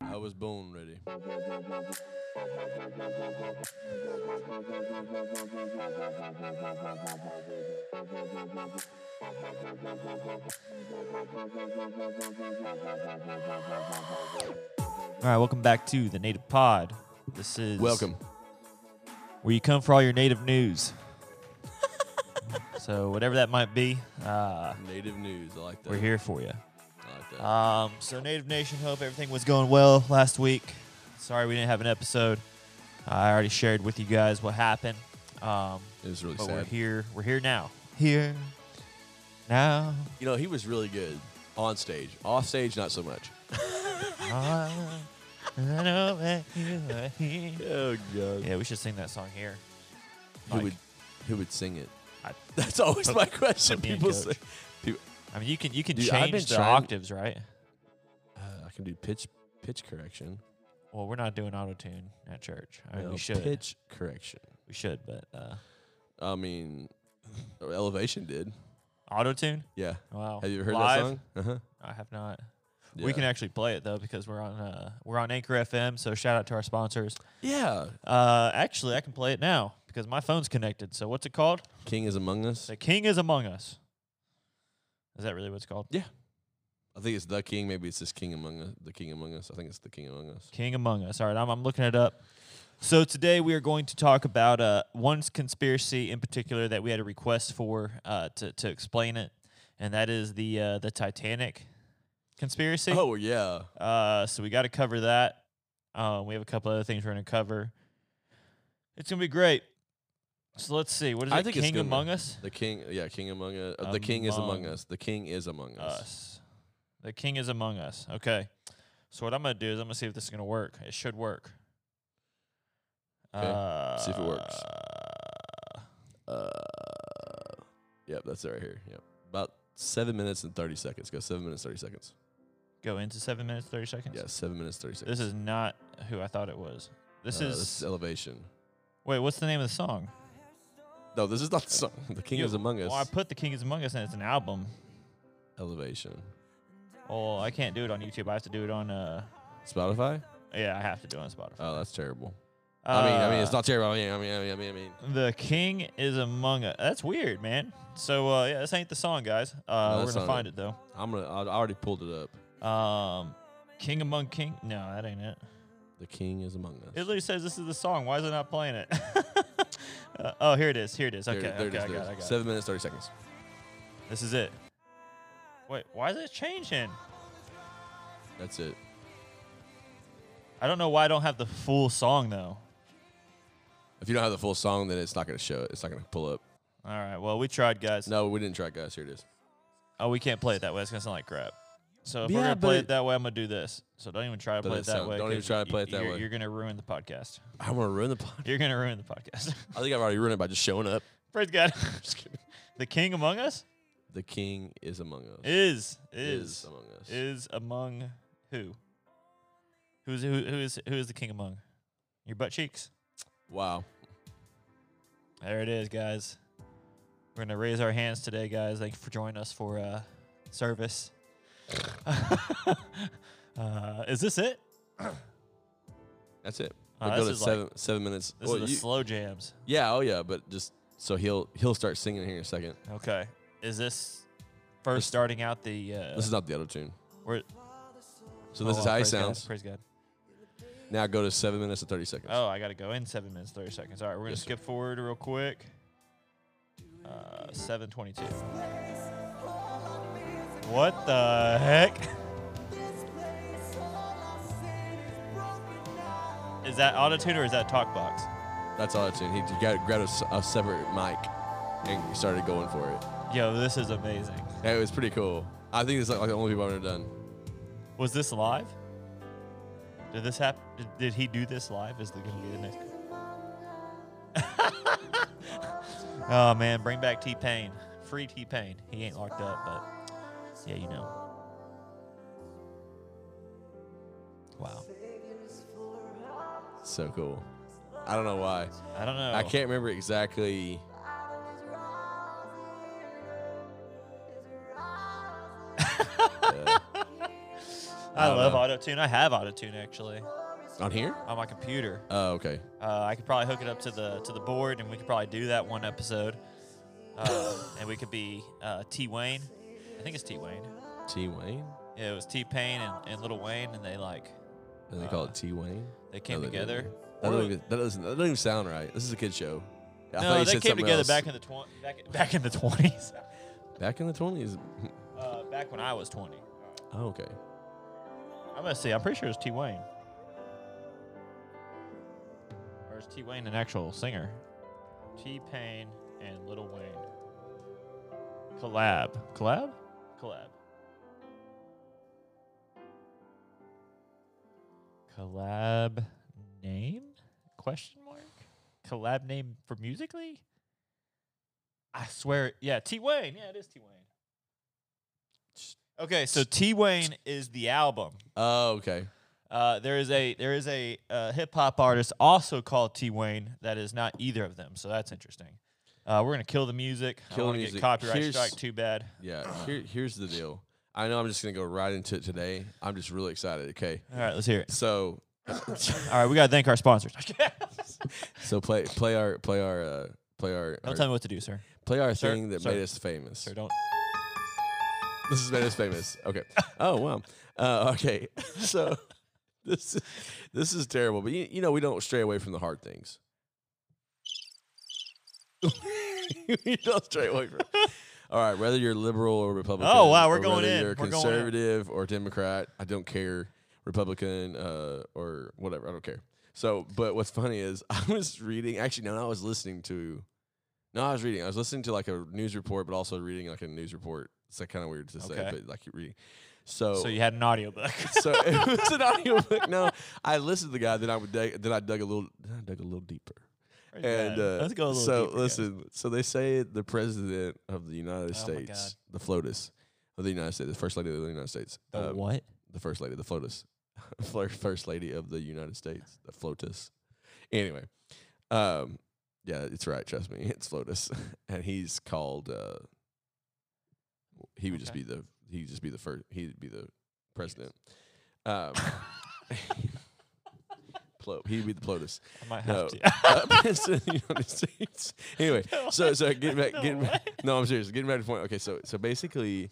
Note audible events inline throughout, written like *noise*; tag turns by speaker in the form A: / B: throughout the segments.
A: I was born ready.
B: All right, welcome back to the Native Pod. This is
A: Welcome.
B: where you come for all your native news. *laughs* so whatever that might be, uh,
A: Native news. I like that.
B: we're here for you.
A: I like that.
B: Um, so Native Nation, hope everything was going well last week. Sorry we didn't have an episode. I already shared with you guys what happened. Um,
A: it was really
B: but we're
A: sad.
B: here. We're here now. Here now.
A: You know, he was really good on stage. Off stage, not so much.
B: I know that you are
A: *laughs*
B: here.
A: Oh god.
B: Yeah, we should sing that song here.
A: Who
B: Like,
A: would who would sing it? *laughs*
B: I-
A: That's always
B: Put-
A: my question.
B: put me in,
A: People say
B: Coach. I mean, you can you can
A: Dude, I've
B: change
A: been
B: the
A: trying-
B: octaves, right?
A: uh, I can do pitch pitch correction.
B: Well, we're not doing auto tune at church. I mean,
A: No,
B: we should.
A: pitch correction.
B: We should, but uh,
A: I mean, oh, Elevation did.
B: auto tune.
A: Yeah.
B: Wow.
A: Have you ever heard
B: Live?
A: that song? Uh-huh.
B: I have not.
A: Yeah.
B: We can actually play it though because we're on uh, we're on Anchor FM. So shout out to our sponsors.
A: Yeah.
B: Uh, actually, I can play it now because my phone's connected. So what's it called?
A: King is among us.
B: The King is Among Us. Is that really what it's called?
A: I think it's the king. Maybe it's just king among us. The king among us. I think it's the king among us.
B: King Among Us. All right, I'm, I'm looking it up. So today we are going to talk about uh, one conspiracy in particular that we had a request for uh, to, to explain it, and that is the uh, the Titanic conspiracy.
A: Oh yeah.
B: Uh, so we got to cover that. Um, we have a couple other things we're going to cover. It's going to be great. So let's see. What is
A: I
B: it?
A: think it's
B: King
A: gonna-
B: Among Us?
A: The king. Yeah. King among us. uh, the king is among
B: Among
A: us. The king is among us.
B: Us. The King is Among Us. Okay. So what I'm going to do is I'm going to see if this is going to work. It should work.
A: Okay.
B: Uh,
A: See if it works. Uh, yep. That's it right here. Yep. About seven minutes and thirty seconds. Go seven minutes thirty seconds.
B: Go into seven minutes, 30 seconds.
A: Yeah. Seven minutes thirty seconds.
B: This is not who I thought it was. This
A: Uh,
B: is.
A: this is elevation.
B: wait, what's the name of the song?
A: No, this is not the song. The king
B: You-
A: is among us.
B: Well, I put The King is Among Us and it's an album.
A: elevation.
B: Oh, I can't do it on YouTube. I have to do it on. Uh,
A: Spotify.
B: Yeah, I have to do it on Spotify.
A: Oh, that's terrible. I mean, I mean,
B: Uh,
A: it's not terrible. I mean, I mean, I mean, I mean. I mean.
B: The King is Among Us. That's weird, man. So, uh, yeah, this ain't the song, guys. Uh, we're
A: that's
B: going to
A: not
B: find it, though.
A: I'm gonna. I I already pulled it up.
B: Um, King Among King. No, that ain't it.
A: The king is among us.
B: It literally says this is the song. Why is it not playing it? *laughs* uh, oh, here it is. Here it is. Okay,
A: There- there it
B: okay,
A: is,
B: I
A: there it
B: got it. I
A: is.
B: got
A: Seven minutes, 30 seconds.
B: it. This is it. Wait, why is it changing?
A: That's it.
B: I don't know why I don't have the full song, though.
A: If you don't have the full song, then it's not going to show it. It's not going to pull up.
B: All right, well, we tried, guys.
A: No, we didn't try, guys. Here it is.
B: Oh, we can't play it that way. It's gonna sound like crap. So if
A: Yeah,
B: we're gonna play
A: but
B: it that way, I'm gonna do this. So don't even try to
A: But
B: play
A: it
B: it that
A: sound-
B: way.
A: don't even
B: 'cause
A: try to
B: y-
A: play it that
B: you're-
A: way.
B: You're gonna ruin the podcast. *laughs*
A: I'm going to ruin the podcast.
B: You're gonna ruin the podcast. *laughs*
A: I think I've already ruined it by just showing up.
B: Praise God. *laughs* the King among us
A: The king is among us.
B: is is
A: among us.
B: is among who? Who's who, who is who is the king among? Your butt cheeks.
A: Wow.
B: There it is, guys. We're gonna raise our hands today, guys. Thank you for joining us for uh, service. *laughs* uh, is this it?
A: That's it.
B: Uh,
A: But
B: this
A: go to
B: is like-
A: seven, seven minutes.
B: This
A: Well,
B: is the
A: you-
B: slow jams.
A: yeah, oh yeah, but just so he'll he'll start singing here in a second.
B: Okay. Is this first
A: This-
B: starting out the? Uh,
A: This is not the other tune.
B: we're-
A: So this
B: oh,
A: is how he
B: praise God,
A: sounds.
B: praise God.
A: Now go to seven minutes and 30 seconds.
B: Oh, I gotta go in seven minutes thirty seconds. All right, we're gonna
A: Yes, sir.
B: skip forward real quick. Uh, Seven twenty-two. What the heck? Is that autotune or is that talkbox?
A: That's all it's in. He just got, grabbed a s- a, separate mic and started going for it.
B: Yo, this is amazing.
A: Yeah, it was pretty cool. I think it's like, like the only people I've ever done.
B: Was this live? Did this happen? Did, did he do this live? Is there gonna be the next? *laughs* oh man, bring back T Pain. Free T Pain. He ain't locked up, but yeah, you know. Wow.
A: So cool. I don't know why.
B: I don't know.
A: I can't remember exactly. Uh,
B: I,
A: don't
B: love
A: know.
B: auto tune. I have auto tune actually
A: on here.
B: on my computer.
A: Oh, okay.
B: Uh, I could probably hook it up to the to the board, and we could probably do that one episode. Um, and we could be uh, T Wayne. I think it's T Wayne.
A: T Wayne.
B: Yeah, it was T Pain and, and Little Wayne, and they like
A: And they call
B: Uh,
A: it T Wayne.
B: they
A: No,
B: came
A: they
B: together.
A: didn't. That
B: Or-
A: doesn't, even, that, doesn't, that doesn't even sound right. This is a kid show. I thought
B: no,
A: you
B: they
A: said
B: came
A: something
B: together
A: else.
B: back in the twenty back, in- back in the twenties. *laughs*
A: back in the twenties. *laughs*
B: Uh, back when I was twenty.
A: Oh, okay.
B: I'm gonna see. I'm pretty sure it's T Wayne. Or is T Wayne an actual singer? T Pain and Little Wayne. Collab. Collab? Collab. Collab name? Question mark? Collab name for musically? I swear it- yeah, T Wayne. Yeah, it is T Wayne. Okay, so T Wayne is the album.
A: Oh, okay.
B: Uh, there is a there is a uh, hip hop artist also called T Wayne that is not either of them, so that's interesting. Uh, we're gonna kill the music. I
A: Kill the
B: don't wanna Get
A: music.
B: copyright
A: Here's-
B: strike too bad.
A: Yeah. Here, here's the deal. I know I'm just gonna go right into it today. I'm just really excited. Okay.
B: All right, let's hear it.
A: So,
B: All right, we gotta thank
A: *laughs*
B: our sponsors.
A: so play play our play our uh, play our,
B: don't
A: our-
B: tell me what to do, sir.
A: play our
B: Sir,
A: thing that
B: sir,
A: made us famous.
B: Sir, don't.
A: This has made us famous. Okay. Oh wow. Uh, okay. *laughs* So this is, this is terrible. But you, you know we don't stray away from the hard things. *laughs* we don't stray away from. *laughs* All right. Whether you're liberal or Republican.
B: Oh, wow, we're
A: or
B: going
A: whether
B: in.
A: You're
B: We're going in.
A: conservative or Democrat. I don't care. Republican uh, or whatever. I don't care. So, but what's funny is *laughs* I was reading. Actually, no, I was listening to. No, I was reading. I was listening to like a news report, but also reading like a news report. It's like kind of weird to say,
B: Okay.
A: but like you're reading. So,
B: So you had an audiobook.
A: *laughs* so *laughs* it was an audiobook. No, I listened to the guy. Then I would dig, then I dug a little. Then I dug a little deeper.
B: Where's
A: And
B: that?
A: uh,
B: let's go a little
A: so
B: deeper, guys.
A: listen. So they say the president of the United
B: Oh my God.
A: States, the FLOTUS of the United States, the first lady of the United States,
B: The
A: um,
B: what?
A: the first lady, the *laughs* FLOTUS, Fir- first lady of the United States, the FLOTUS. Anyway, um, yeah, it's right. Trust me, *laughs* it's FLOTUS, and he's called. Uh, he would just
B: Okay.
A: be the he'd just be the first he'd be the president. Um, *laughs* Plo, he'd be the PLOTUS.
B: I might have
A: No, *laughs*
B: to.
A: uh, president of the United States.
B: *laughs*
A: Anyway, so so getting back,
B: No
A: getting back,
B: way.
A: no, I'm serious. Getting back to the point. Okay, so so basically,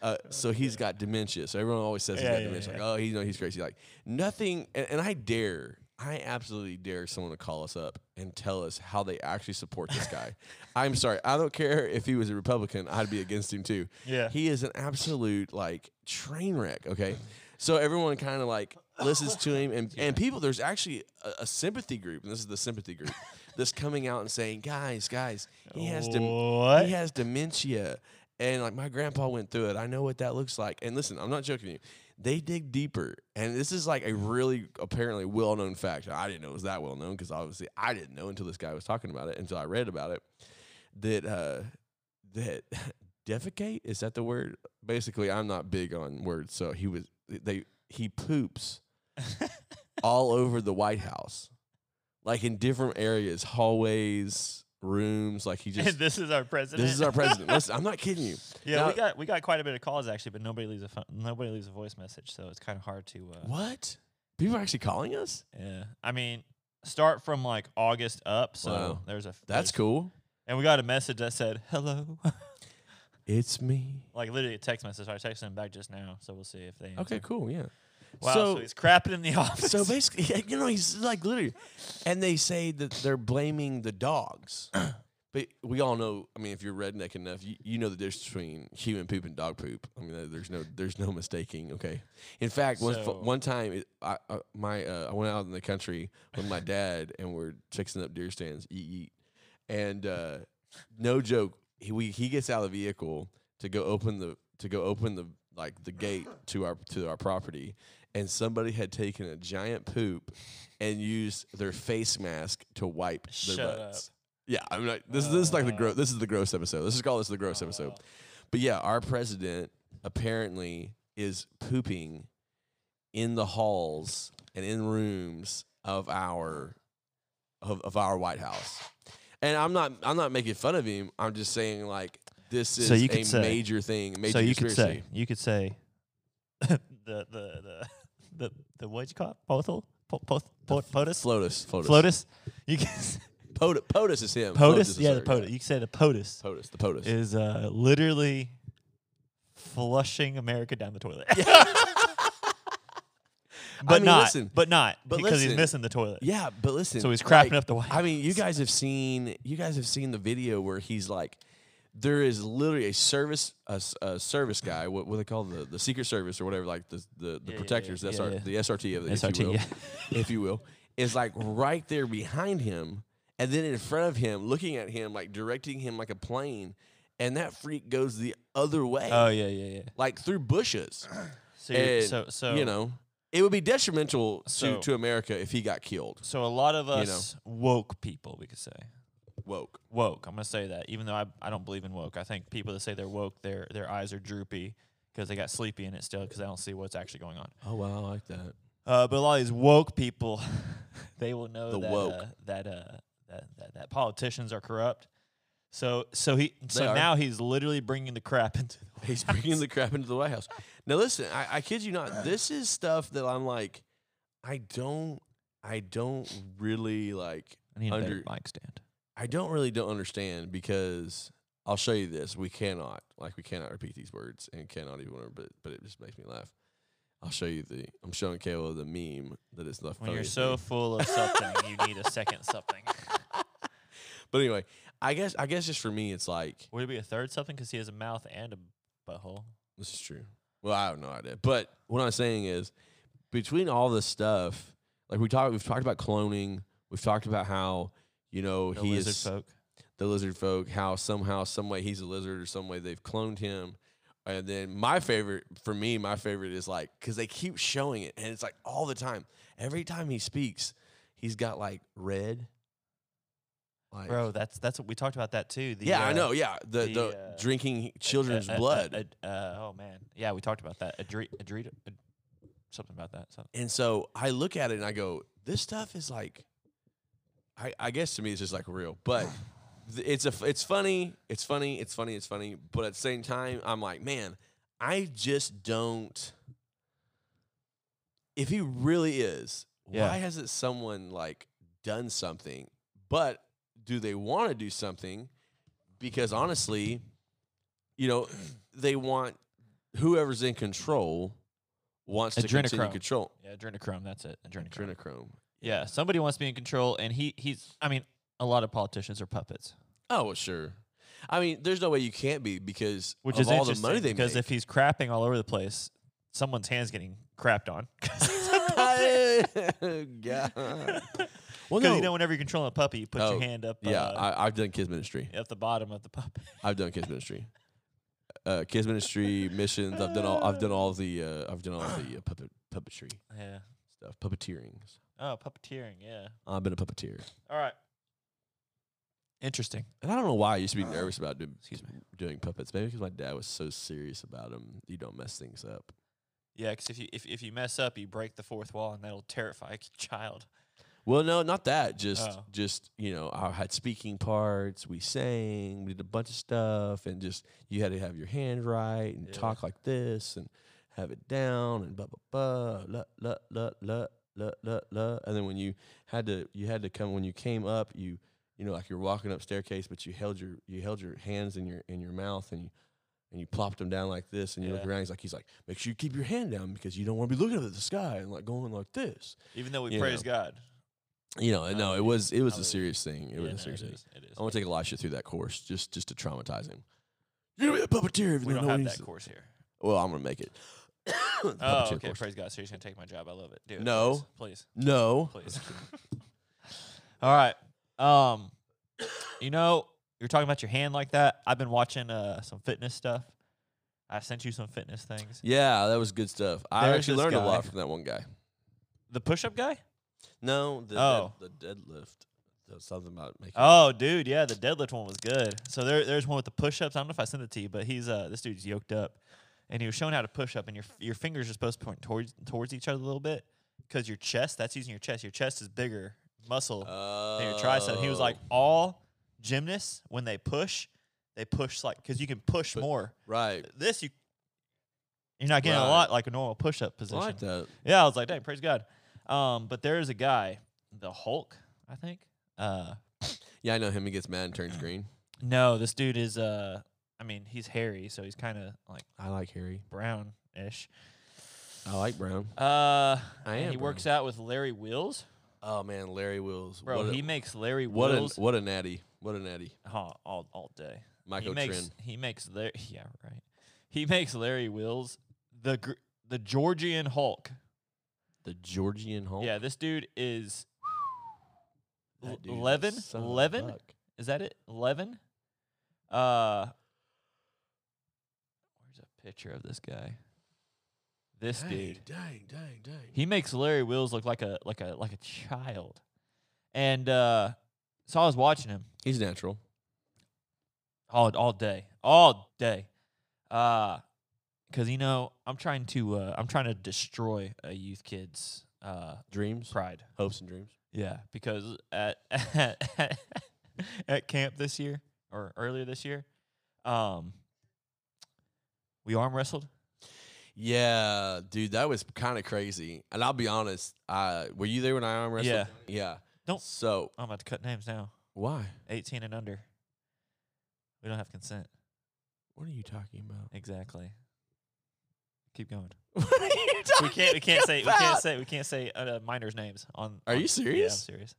A: uh, so he's got dementia. So everyone always says he's
B: Yeah,
A: got
B: yeah,
A: dementia.
B: yeah.
A: Like, oh, he's no, he's crazy. Like nothing. And, and I dare, I absolutely dare someone to call us up and tell us how they actually support this
B: *laughs*
A: guy. I'm sorry, I don't care if he was a Republican. I'd be against him too.
B: Yeah.
A: He is an absolute like train wreck. Okay. So everyone kind of like listens to him, and, and people, there's actually a, a sympathy group, and this is the sympathy group that's coming out and saying, guys, guys, he has to.
B: what? *laughs*
A: He has dementia. And like my grandpa went through it. I know what that looks like. And listen, I'm not joking you. They dig deeper. And this is like a really apparently well known fact. I didn't know it was that well known because obviously I didn't know until this guy was talking about it, until I read about it. That uh that *laughs* defecate, is that the word? Basically, I'm not big on words, so he was they he poops all over the White House. Like in different areas, hallways, rooms, like he just
B: And this is our president.
A: this is our president. Listen, I'm not kidding you.
B: yeah,
A: Now-
B: we got we got quite a bit of calls actually, but nobody leaves a phone, nobody leaves a voice message, so it's kind of hard to. Uh,
A: *laughs* What? People are actually calling us?
B: Yeah. I mean, start from like August up. So
A: Wow.
B: there's a
A: That's
B: there's-
A: cool.
B: And we got a message that said hello, *laughs*
A: It's me.
B: like literally a text message. I texted him back just now, so we'll see if they.
A: Okay,
B: answer.
A: cool. Yeah.
B: Wow. So, he's crapping in the *laughs* office.
A: So basically, yeah, you know, he's like literally, and they say that they're blaming the dogs. But we all know. I mean, if you're redneck enough, you, you know the difference between human poop and dog poop. I mean, there- there's no there's no mistaking. Okay. In fact, one
B: So-
A: one, one time, it, I, I my uh, I went out in the country with my dad, and we're fixing up deer stands. Eat eat, and uh, no joke, he we, he gets out of the vehicle to go open the to go open the like the gate to our to our property, and somebody had taken a giant poop and used their face mask to wipe their
B: Shut
A: butts. Yeah, I'm like this. is This is like the gross. This is the gross episode. This is called this is the gross episode. But yeah, our president apparently is pooping in the halls and in rooms of our of, of our White House. And I'm not I'm not making fun of him. I'm just saying like this is
B: So you could
A: a
B: say-
A: major thing, a major
B: so you
A: conspiracy.
B: could say you could say *laughs* the the the the, the what you call it? Pothole? Po- poth- po- POTUS?
A: Flotus. Flotus.
B: Flotus? You can *laughs* s-
A: Pot- POTUS is him. Flotus
B: POTUS?
A: is
B: Yeah, the
A: her,
B: POTUS. You can say the POTUS
A: POTUS. The POTUS.
B: is uh, literally flushing America down the toilet. *laughs* but
A: mean,
B: not.
A: listen,
B: but not.
A: but
B: because
A: listen.
B: he's missing the toilet.
A: Yeah, but listen.
B: So he's crapping
A: like,
B: up the White
A: I mean, you guys have seen you guys have seen the video where he's like, there is literally a service a, s- a service guy. What what they call the the Secret Service or whatever, like the the, the
B: yeah,
A: protectors,
B: yeah,
A: the
B: yeah.
A: SR, the SRT of the if
B: SRT,
A: you will,
B: yeah.
A: if you will, is like right there behind him, and then in front of him, looking at him, like directing him like a plane, and that freak goes the other way,
B: Oh, yeah, yeah, yeah.
A: like through bushes.
B: So, you're-
A: And,
B: so, so
A: you know, it would be detrimental
B: So-
A: to to America if he got killed.
B: So a lot of
A: know.
B: us woke people, we could say
A: Woke.
B: woke. I'm gonna say that, even though I, I don't believe in woke. I think people that say they're woke, their their eyes are droopy because they got sleepy in it still because they don't see what's actually going on.
A: Oh wow, I like that.
B: Uh, but a lot of these woke people, *laughs* they will know
A: The
B: that
A: woke.
B: Uh, that, uh, that that that politicians are corrupt. So so he so
A: are.
B: now he's literally bringing the crap *laughs* into.
A: *laughs*
B: The
A: He's bringing the crap into the White House. Now, listen, I, I kid you not. This is stuff that I'm like, I don't, I don't really like,
B: I need
A: a
B: a
A: better Under-
B: mic stand.
A: I don't really don't understand because I'll show you this. We cannot, like, we cannot repeat these words and cannot even, remember, but but it just makes me laugh. I'll show you the. I'm showing Kayla the meme that is the.
B: When you're
A: funniest
B: so
A: meme.
B: full of something, you
A: *laughs*
B: need a second something.
A: But anyway, I guess I guess just for me, it's like
B: Would it be a third something? Because he has a mouth and a butthole.
A: This is true. Well, I have no idea. But what I'm saying is, between all this stuff, like we talked, we've talked about cloning. We've talked about how you know
B: The
A: he
B: lizard
A: is
B: folk.
A: the lizard folk. How somehow, some way, he's a lizard, or some way they've cloned him. And then my favorite, for me, my favorite is like because they keep showing it, and it's like all the time. Every time he speaks, he's got like red. Like,
B: Bro, that's that's what we talked about that too. The,
A: yeah, I
B: uh,
A: know. Yeah, the the,
B: the, uh,
A: drinking children's
B: *laughs* a- a- a-
A: blood.
B: a- uh, oh man, yeah, we talked about that. Adre- adre- ad- something about that. Something.
A: And so I look at it and I go, this stuff is like, I, I guess to me it's just like real, but th- it's a f- it's funny, it's funny, it's funny, it's funny. But at the same time, I'm like, man, I just don't. If he really is,
B: Yeah.
A: why hasn't someone like done something? But do they want to do something? Because honestly, you know, they want whoever's in control wants to continue
B: Adrenochrome.
A: control.
B: Yeah, adrenochrome. That's it. Adrenochrome.
A: Adrenochrome.
B: Yeah, somebody wants to be in control, and he he's. I mean, a lot of politicians are puppets,
A: Oh, well, sure. I mean, there's no way you can't be because
B: which
A: of
B: is
A: all the
B: interesting
A: money they
B: because
A: make.
B: if he's crapping all over the place, someone's hands getting crapped on. *laughs*
A: *laughs*
B: *laughs*
A: God. Well,
B: Because
A: no.
B: you know, whenever you're controlling a puppy, you put
A: Oh,
B: your hand up.
A: yeah,
B: uh,
A: I, I've done kids ministry.
B: at the bottom of the puppy.
A: I've done kids ministry. Uh, kids ministry missions. I've done all. I've done all the. Uh, I've done all the uh, puppet puppetry
B: *laughs* yeah.
A: stuff. Puppeteering.
B: Oh, puppeteering. Yeah.
A: I've been a puppeteer,
B: All right. Interesting.
A: and I don't know why I used to be nervous about doing
B: Excuse me.
A: doing puppets. Maybe because my dad was so serious about them. You don't mess things up.
B: Yeah, because if you if, if you mess up, you break the fourth wall, and that'll terrify *laughs* a child.
A: Well, no, not that. Just,
B: Oh.
A: just you know, I had speaking parts. We sang, we did a bunch of stuff, and just you had to have your hand right and
B: Yeah.
A: talk like this and have it down and blah blah blah la la la la la la la. And then when you had to, you had to come when you came up, you you know, like you're walking up staircase, but you held your you held your hands in your in your mouth and you. And you plopped them down like this, and you look
B: Yeah.
A: around. He's like, he's like, make sure you keep your hand down because you don't want to be looking up at the sky and like going like this
B: Even though we
A: You
B: praise God,
A: you know, no, it was it was a
B: I'll leave.
A: serious thing. It
B: Yeah,
A: was
B: no,
A: a serious thing.
B: is, it is.
A: I want to take Elisha through that course just just to traumatize him. You're gonna be the puppeteer. If you
B: we don't
A: know
B: have
A: what
B: that
A: he's-
B: course here.
A: Well, I'm gonna make it. *coughs* The
B: Oh,
A: puppeteer
B: okay.
A: course.
B: Praise God. So you're just gonna take my job. I love it. Do it.
A: No.
B: please,
A: No,
B: please. please. *laughs* All right. Um, you know, you're talking about your hand like that. I've been watching uh some fitness stuff. I sent you some fitness things.
A: yeah, that was good stuff. I
B: There's
A: actually
B: this
A: learned a
B: guy.
A: lot from that one guy.
B: The push-up guy.
A: No, the dead-
B: Oh.
A: the deadlift. There's something about making.
B: Oh, dude, yeah, the deadlift one was good. So there, there's one with the push-ups. I don't know if I sent it to you, but he's uh, this dude's yoked up, and he was showing how to push up, and your your fingers are supposed to point towards towards each other a little bit because your chest, that's using your chest. Your chest is bigger muscle
A: Oh.
B: than your tricep. He was like, all gymnasts
A: Oh,
B: when they push, they push like because you can push
A: But-
B: more.
A: right.
B: This you You're not getting
A: Right.
B: a lot like a normal push up
A: I
B: position.
A: like that.
B: Yeah, I was like, dang, praise God. Um, but there is a guy, the Hulk, I think. Uh,
A: Yeah, I know him. He gets mad and *clears throat* turns green.
B: no, this dude is uh, I mean, he's hairy, so he's kind of like
A: I like Harry.
B: brown ish.
A: I like Brown.
B: Uh,
A: I
B: and
A: am
B: he works out with Larry Wills,
A: Oh man, Larry Wills.
B: bro.
A: what a,
B: he makes Larry
A: what a,
B: Wills
A: what a natty. What a natty.
B: huh, all all day.
A: Michael
B: he makes
A: Trin.
B: he makes Larry, *laughs* yeah, right. He makes Larry Wills the gr- the Georgian Hulk.
A: The Georgian Hulk.
B: Yeah, this dude is
A: That
B: l-
A: dude is a
B: 11
A: son of a
B: 11
A: buck.
B: Is that it? Eleven. Uh, where's a picture of this guy? This
A: Dang,
B: dude.
A: Dang, dang, dang.
B: He makes Larry Wills look like a like a like a child. And uh, so I was watching him
A: He's natural.
B: all all day, all day. Uh, cause you know I'm trying to uh, I'm trying to destroy a youth kid's uh
A: Dreams,
B: pride.
A: hopes, and dreams.
B: Yeah, because at *laughs* at, at camp this year or earlier this year, um, we arm wrestled.
A: Yeah, dude, that was kind of crazy. And I'll be honest, uh, were you there when I arm wrestled?
B: Yeah.
A: Yeah.
B: Don't-
A: So
B: I'm about to cut names now.
A: why?
B: 18 and under. We don't have consent.
A: What are you talking about?
B: Exactly. Keep going.
A: *laughs* What are you talking
B: We can't. We
A: *laughs*
B: can't say. We
A: about?
B: can't say. We can't say uh, minors' names on.
A: Are you
B: on- Yeah, I'm
A: serious?
B: serious.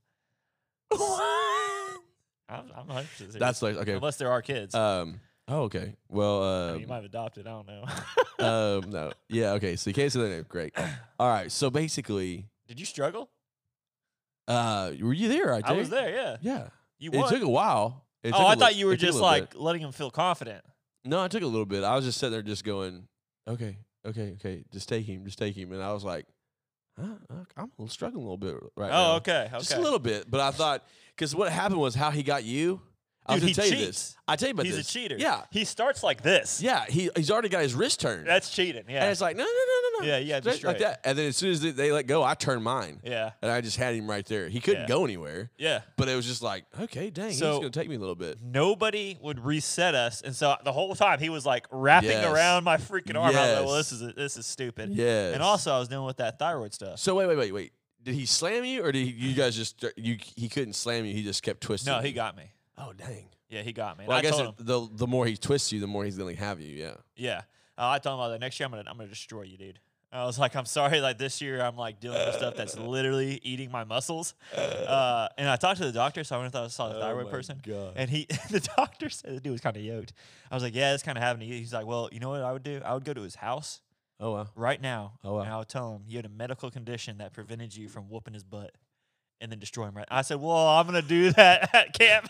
A: What?
B: I'm. I'm 100 serious.
A: That's like okay.
B: unless there are kids.
A: Um. Oh, okay. Well,
B: I mean,
A: um,
B: you might have adopted. I
A: *laughs*
B: don't know.
A: um, no. Yeah. Okay. So you can't say their name. *coughs* Great. All right. So basically,
B: Did you struggle?
A: uh, were you there? Right
B: I was there. Yeah.
A: Yeah.
B: You
A: It
B: won.
A: took a while. It took
B: oh,
A: a
B: I
A: lit-
B: thought you
A: it
B: were
A: took a
B: just
A: little bit.
B: like letting him feel confident.
A: No, it took a little bit. I was just sitting there just going, okay, okay, okay, just take him, just take him. And I was like, huh, uh, I'm a little struggling a little bit right now.
B: Oh, okay. Okay.
A: Just a little bit. But I thought, because what happened was how he got you. I was
B: Dude,
A: going to
B: he
A: tell you this.
B: cheats.
A: I tell you about
B: He's
A: this.
B: a cheater.
A: Yeah.
B: He starts like this.
A: Yeah. He, he's already got his wrist turned.
B: That's cheating.
A: And
B: Yeah.
A: it's like, no, no, no, no, no.
B: Yeah, yeah, be
A: Straight Like
B: straight.
A: that. And then as soon as they, they let go, I turned mine.
B: Yeah.
A: And I just had him right there. He couldn't
B: Yeah.
A: go anywhere.
B: Yeah.
A: But it was just like, okay, dang, he's
B: So-
A: going to take me a little bit.
B: Nobody would reset us, and so the whole time he was like wrapping
A: Yes.
B: around my freaking arm. I was like, "Well,
A: Yes.
B: this is this is stupid."
A: Yes.
B: And also, I was dealing with that thyroid stuff.
A: So wait, wait, wait, wait. Did he slam you, or did he, you guys just you? He couldn't slam you. He just kept twisting.
B: No,
A: you?
B: he got me.
A: Oh dang.
B: Yeah, he got me. And
A: Well, I,
B: I,
A: guess
B: told
A: it,
B: him,
A: the the more he twists you, the more he's gonna have you. Yeah.
B: yeah, uh, I told him I was like, next year I'm gonna I'm gonna destroy you, dude. I was like, I'm sorry, like this year I'm like dealing with stuff
A: *laughs*
B: that's literally eating my muscles. Uh, and I talked to the doctor, so I went and thought I saw the
A: Oh
B: thyroid person.
A: God.
B: And he, *laughs* the doctor said the dude was kind of yoked. I was like, yeah, it's kind of happening. He's like, well, you know what I would do? I would go to his house
A: Oh wow.
B: right now,
A: Oh, wow.
B: and I would tell him you had a medical condition that prevented you from whooping his butt, and then destroy him. Right? I said, well, I'm gonna do that at camp.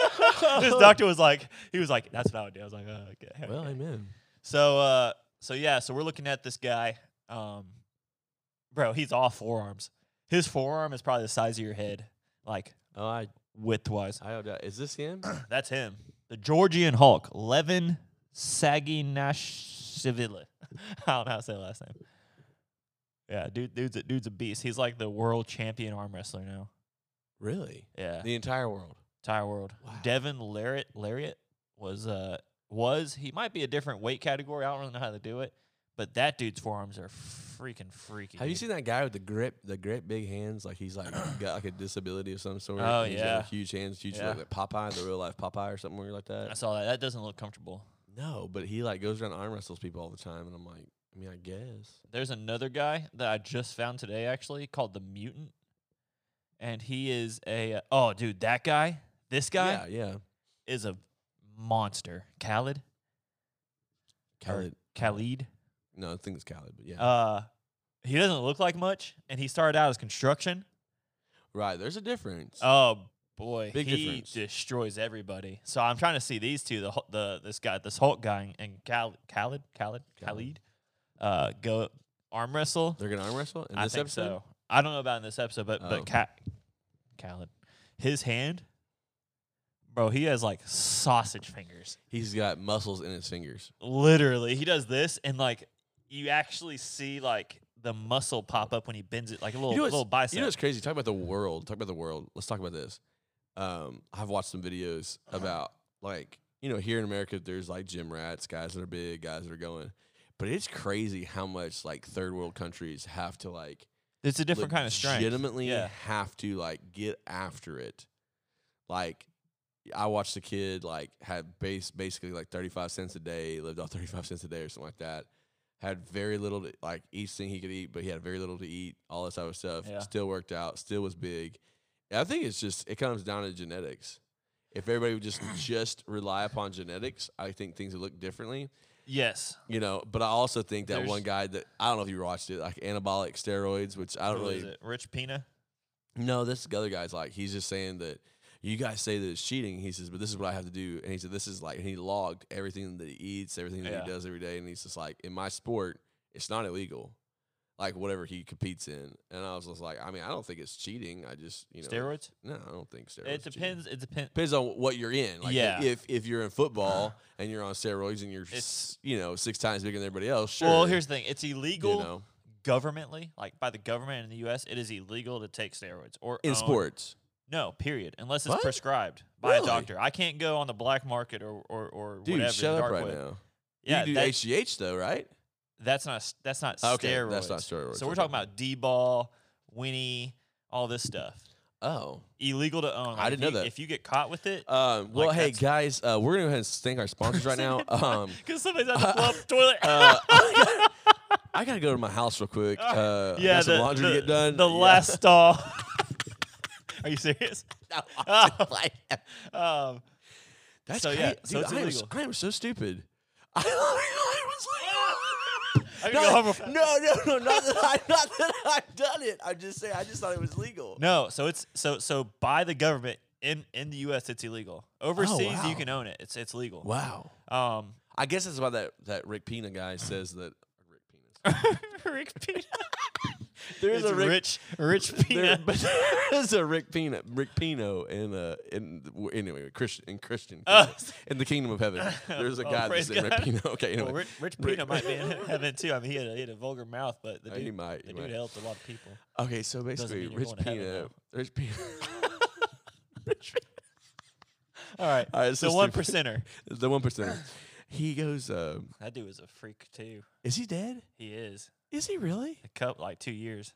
B: *laughs* this doctor was like, he was like, that's what I would do. I was like, oh, okay.
A: Well,
B: okay."
A: amen.
B: so, uh, so yeah, so we're looking at this guy, um, bro. He's all forearms. His forearm is probably the size of your head, like
A: Oh, I
B: width
A: *clears throat*
B: wise.
A: I don't doubt. Is this
B: *clears throat*
A: him?
B: That's him. The Georgian Hulk, Levin Saginashvili. *laughs* I don't know how to say the last name. Yeah, dude, dude's a, dude's a beast. He's like the world champion arm wrestler now.
A: really?
B: Yeah,
A: The entire world.
B: entire world.
A: Wow.
B: Devin Lariat, Lariat was uh was he might be a different weight category. I don't really know how to do it, but that dude's forearms are freaking freaky.
A: Have you
B: dude.
A: seen that guy with the grip, the great big hands? Like he's
B: *clears throat*
A: like got like a disability of some sort.
B: Oh,
A: and he's got, like,
B: yeah.
A: huge hands, huge
B: Yeah.
A: like Popeye, the real life Popeye or something weird like
B: I
A: that.
B: saw that. That doesn't look comfortable.
A: No, but he like goes around and arm wrestles people all the time, and I'm like, I mean, I guess.
B: There's another guy that I just found today actually called the Mutant, and he is a uh, oh dude that guy this
A: Yeah,
B: guy
A: yeah.
B: is a monster Khalid or
A: Khaled.
B: Khalid
A: Oh. No, I think it's Khaled, but yeah.
B: uh he doesn't look like much and he started out as construction
A: right, there's a difference.
B: oh boy
A: Big
B: he
A: difference.
B: destroys everybody so I'm trying to see these two the Hul- the this guy this Hulk guy and Khalid Khalid Khalid
A: Khalid.
B: Khalid uh go arm wrestle
A: They're gonna arm wrestle in
B: I
A: this
B: think
A: episode.
B: so. I don't know about in this episode, but
A: Oh.
B: but Cat Khaled, his hand, bro, he has like sausage fingers.
A: He's got muscles in his fingers.
B: Literally, he does this, and like you actually see like the muscle pop up when he bends it, like a little
A: know what's-
B: little bicep.
A: You know what's crazy? Talk about the world. Talk about the world. Let's talk about this. Um, I've watched some videos
B: Uh-huh.
A: about like you know here in America, there's like gym rats, guys that are big, guys that are going. But it's crazy how much like third world countries have to like
B: It's a different kind of strength.
A: Legitimately
B: Yeah.
A: have to like get after it. Like I watched a kid like had base basically like thirty five cents a day, lived off *laughs* thirty five cents a day or something like that. Had very little to, like each thing he could eat, but he had very little to eat. All this other stuff
B: Yeah.
A: still worked out, still was big. I think it's just it comes down to genetics. If everybody would
B: *clears throat*
A: just just rely upon genetics, I think things would look differently
B: Yes.
A: you know. But I also think that
B: There's-
A: one guy that I don't know if you watched it, like anabolic steroids, which I don't
B: Who is
A: really
B: it? Rich Pina.
A: know. This other guy's like he's just saying that you guys say that it's cheating. He says, but this is what I have to do, and he said this is like and he logged everything that he eats, everything that
B: Yeah.
A: he does every day, and he's just like in my sport, it's not illegal. Like whatever he competes in, and I was just like, I mean, I don't think it's cheating. I just, you know,
B: steroids.
A: No, I don't think steroids.
B: It
A: is cheating.
B: depends. It depends.
A: Depends on what you're in. Like
B: Yeah. Uh-huh.
A: if if you're in football and you're on steroids and you're, s-
B: It's-
A: you know, six times bigger than everybody else. Sure.
B: Well, here's the thing. It's illegal
A: you know,
B: governmentally, like by the government in the U.S. It is illegal to take steroids or
A: in
B: own-
A: sports.
B: No, period. Unless it's
A: What?
B: prescribed by a
A: Really?
B: doctor. I can't go on the black market or or, or
A: Dude,
B: whatever.
A: shut
B: the
A: up
B: dark
A: right
B: web.
A: now.
B: Yeah,
A: you do
B: that-
A: HGH though, right?
B: that's not s- that's not
A: Okay,
B: steroids.
A: that's not steroids,
B: So we're
A: okay.
B: talking about D ball, Winnie, all this stuff.
A: Oh.
B: Illegal to
A: I
B: own. Like,
A: didn't
B: if
A: know
B: you-
A: that.
B: If you get caught with *laughs* it,
A: Um, well,
B: Like,
A: hey
B: that's-
A: guys, uh, we're gonna go ahead and thank our sponsors right
B: *laughs*
A: now. Um,
B: because
A: *laughs*
B: somebody's at the club toilet.
A: uh, I gotta go to my house real quick. Uh, I
B: *laughs* yeah,
A: got some
B: the,
A: laundry
B: the,
A: to get done.
B: The
A: Yeah. *laughs*
B: last stall. *laughs* Are you serious?
A: No,
B: Oh.
A: I'm just playing.
B: *laughs* Um,
A: That's
B: So,
A: cra-
B: yeah,
A: dude,
B: so it's
A: I, am, s-
B: illegal.
A: I am so stupid. *laughs* I,
B: *laughs*
A: was like,
B: I'm gonna go
A: Not-
B: home real fast.
A: no, no, no, not that I, *laughs* not that I've done it. I'm just saying, I just thought it was legal.
B: no, so it's so so by the government in in the U.S. it's illegal. Overseas you
A: Oh, wow.
B: can own it. It's it's legal.
A: Wow. *laughs*
B: Um,
A: I guess that's why that, that Rick Pina guy says that Rick Pina.
B: Rick *laughs* Pina.
A: There's
B: *laughs* It's
A: a Rick,
B: rich rich
A: there,
B: Pina.
A: but *laughs* there's a Rick Pina, Rick Pino in uh in the- w- anyway Christian in Christian
B: Oh.
A: kingdom, in the kingdom of
B: *laughs*
A: heaven. There's a
B: Oh,
A: guy
B: praise
A: that's in Rick
B: God.
A: Pino. *laughs* Okay, *laughs* anyway,
B: *laughs* Well, Rich, Rich
A: Rick-
B: Pino might be
A: *laughs*
B: in heaven too. I mean, he had a, he had a vulgar mouth, but the
A: Uh, he
B: dude,
A: might,
B: the
A: he
B: dude
A: might.
B: helped a lot of people.
A: Okay, so basically,
B: mean you're
A: Rich
B: going to heaven,
A: Pino, *laughs*
B: though.
A: Rich
B: *laughs*
A: Pino.
B: All right,
A: *laughs* All right,
B: so
A: so
B: one
A: stupid.
B: percenter.
A: the one percent. He goes, um,
B: That dude was a freak too.
A: is he dead?
B: He is
A: Is he really?
B: a cup like two years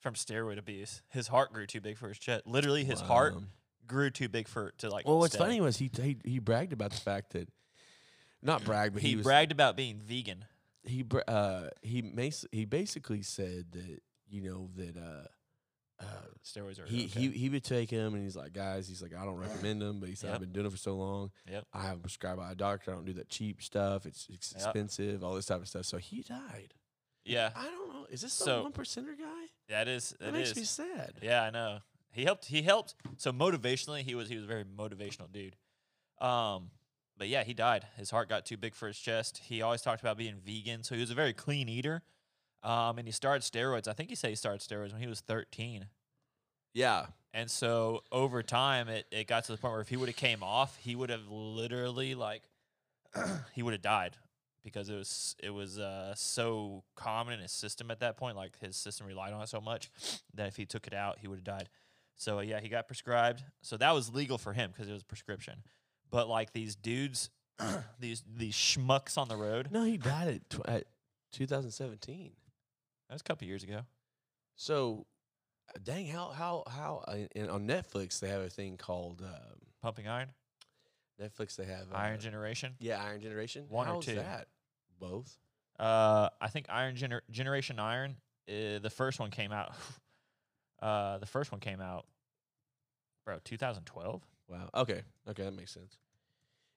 B: from steroid abuse. His heart grew too big for his chest. Literally, his heart
A: Wow.
B: grew too big for to like.
A: Well, what's
B: stay.
A: funny was he, he he bragged about the fact that,
B: *clears throat*
A: not brag, but
B: He,
A: he, was
B: bragged about being vegan.
A: he br- uh he mas- he basically said that you know that uh, uh
B: Steroids are
A: he,
B: okay.
A: he he would take him and he's like, guys, he's like, I don't recommend them, but he said
B: Yep.
A: I've been doing it for so long.
B: Yep.
A: I have prescribed by a doctor. I don't do that cheap stuff. It's, it's
B: Yep.
A: expensive, all this type of stuff. So he died.
B: yeah,
A: I don't know. Is this
B: So-
A: the one percenter guy?
B: that is
A: That
B: it
A: makes
B: is.
A: me sad.
B: Yeah, I know. He helped. He helped. So motivationally, he was he was a very motivational dude. Um, but yeah, he died. His heart got too big for his chest. He always talked about being vegan, so he was a very clean eater. Um, and he started steroids. I think he said he started steroids when he was thirteen.
A: Yeah.
B: And so over time, it, it got to the point where if he would have came off, he would have literally like *clears throat* he would have died because it was it was uh, so common in his system at that point. Like his system relied on it so much *sniffs* that if he took it out, he would have died. So uh, yeah, he got prescribed. So that was legal for him because it was prescription. But like these dudes, *clears throat* these these schmucks on the road.
A: *laughs* No, he died at, tw- at 2017.
B: That was a couple years ago.
A: So, uh, dang, how how how uh, in, on Netflix they have a thing called um,
B: Pumping Iron,
A: Netflix. They have uh,
B: Iron Generation.
A: Yeah, Iron Generation.
B: One or
A: How's
B: two?
A: that? Both.
B: Uh, I think Iron Gener- Generation Iron. Uh, the first one came out. *sighs* Uh, the first one came out, bro. 2012.
A: Wow. Okay. Okay, that makes sense.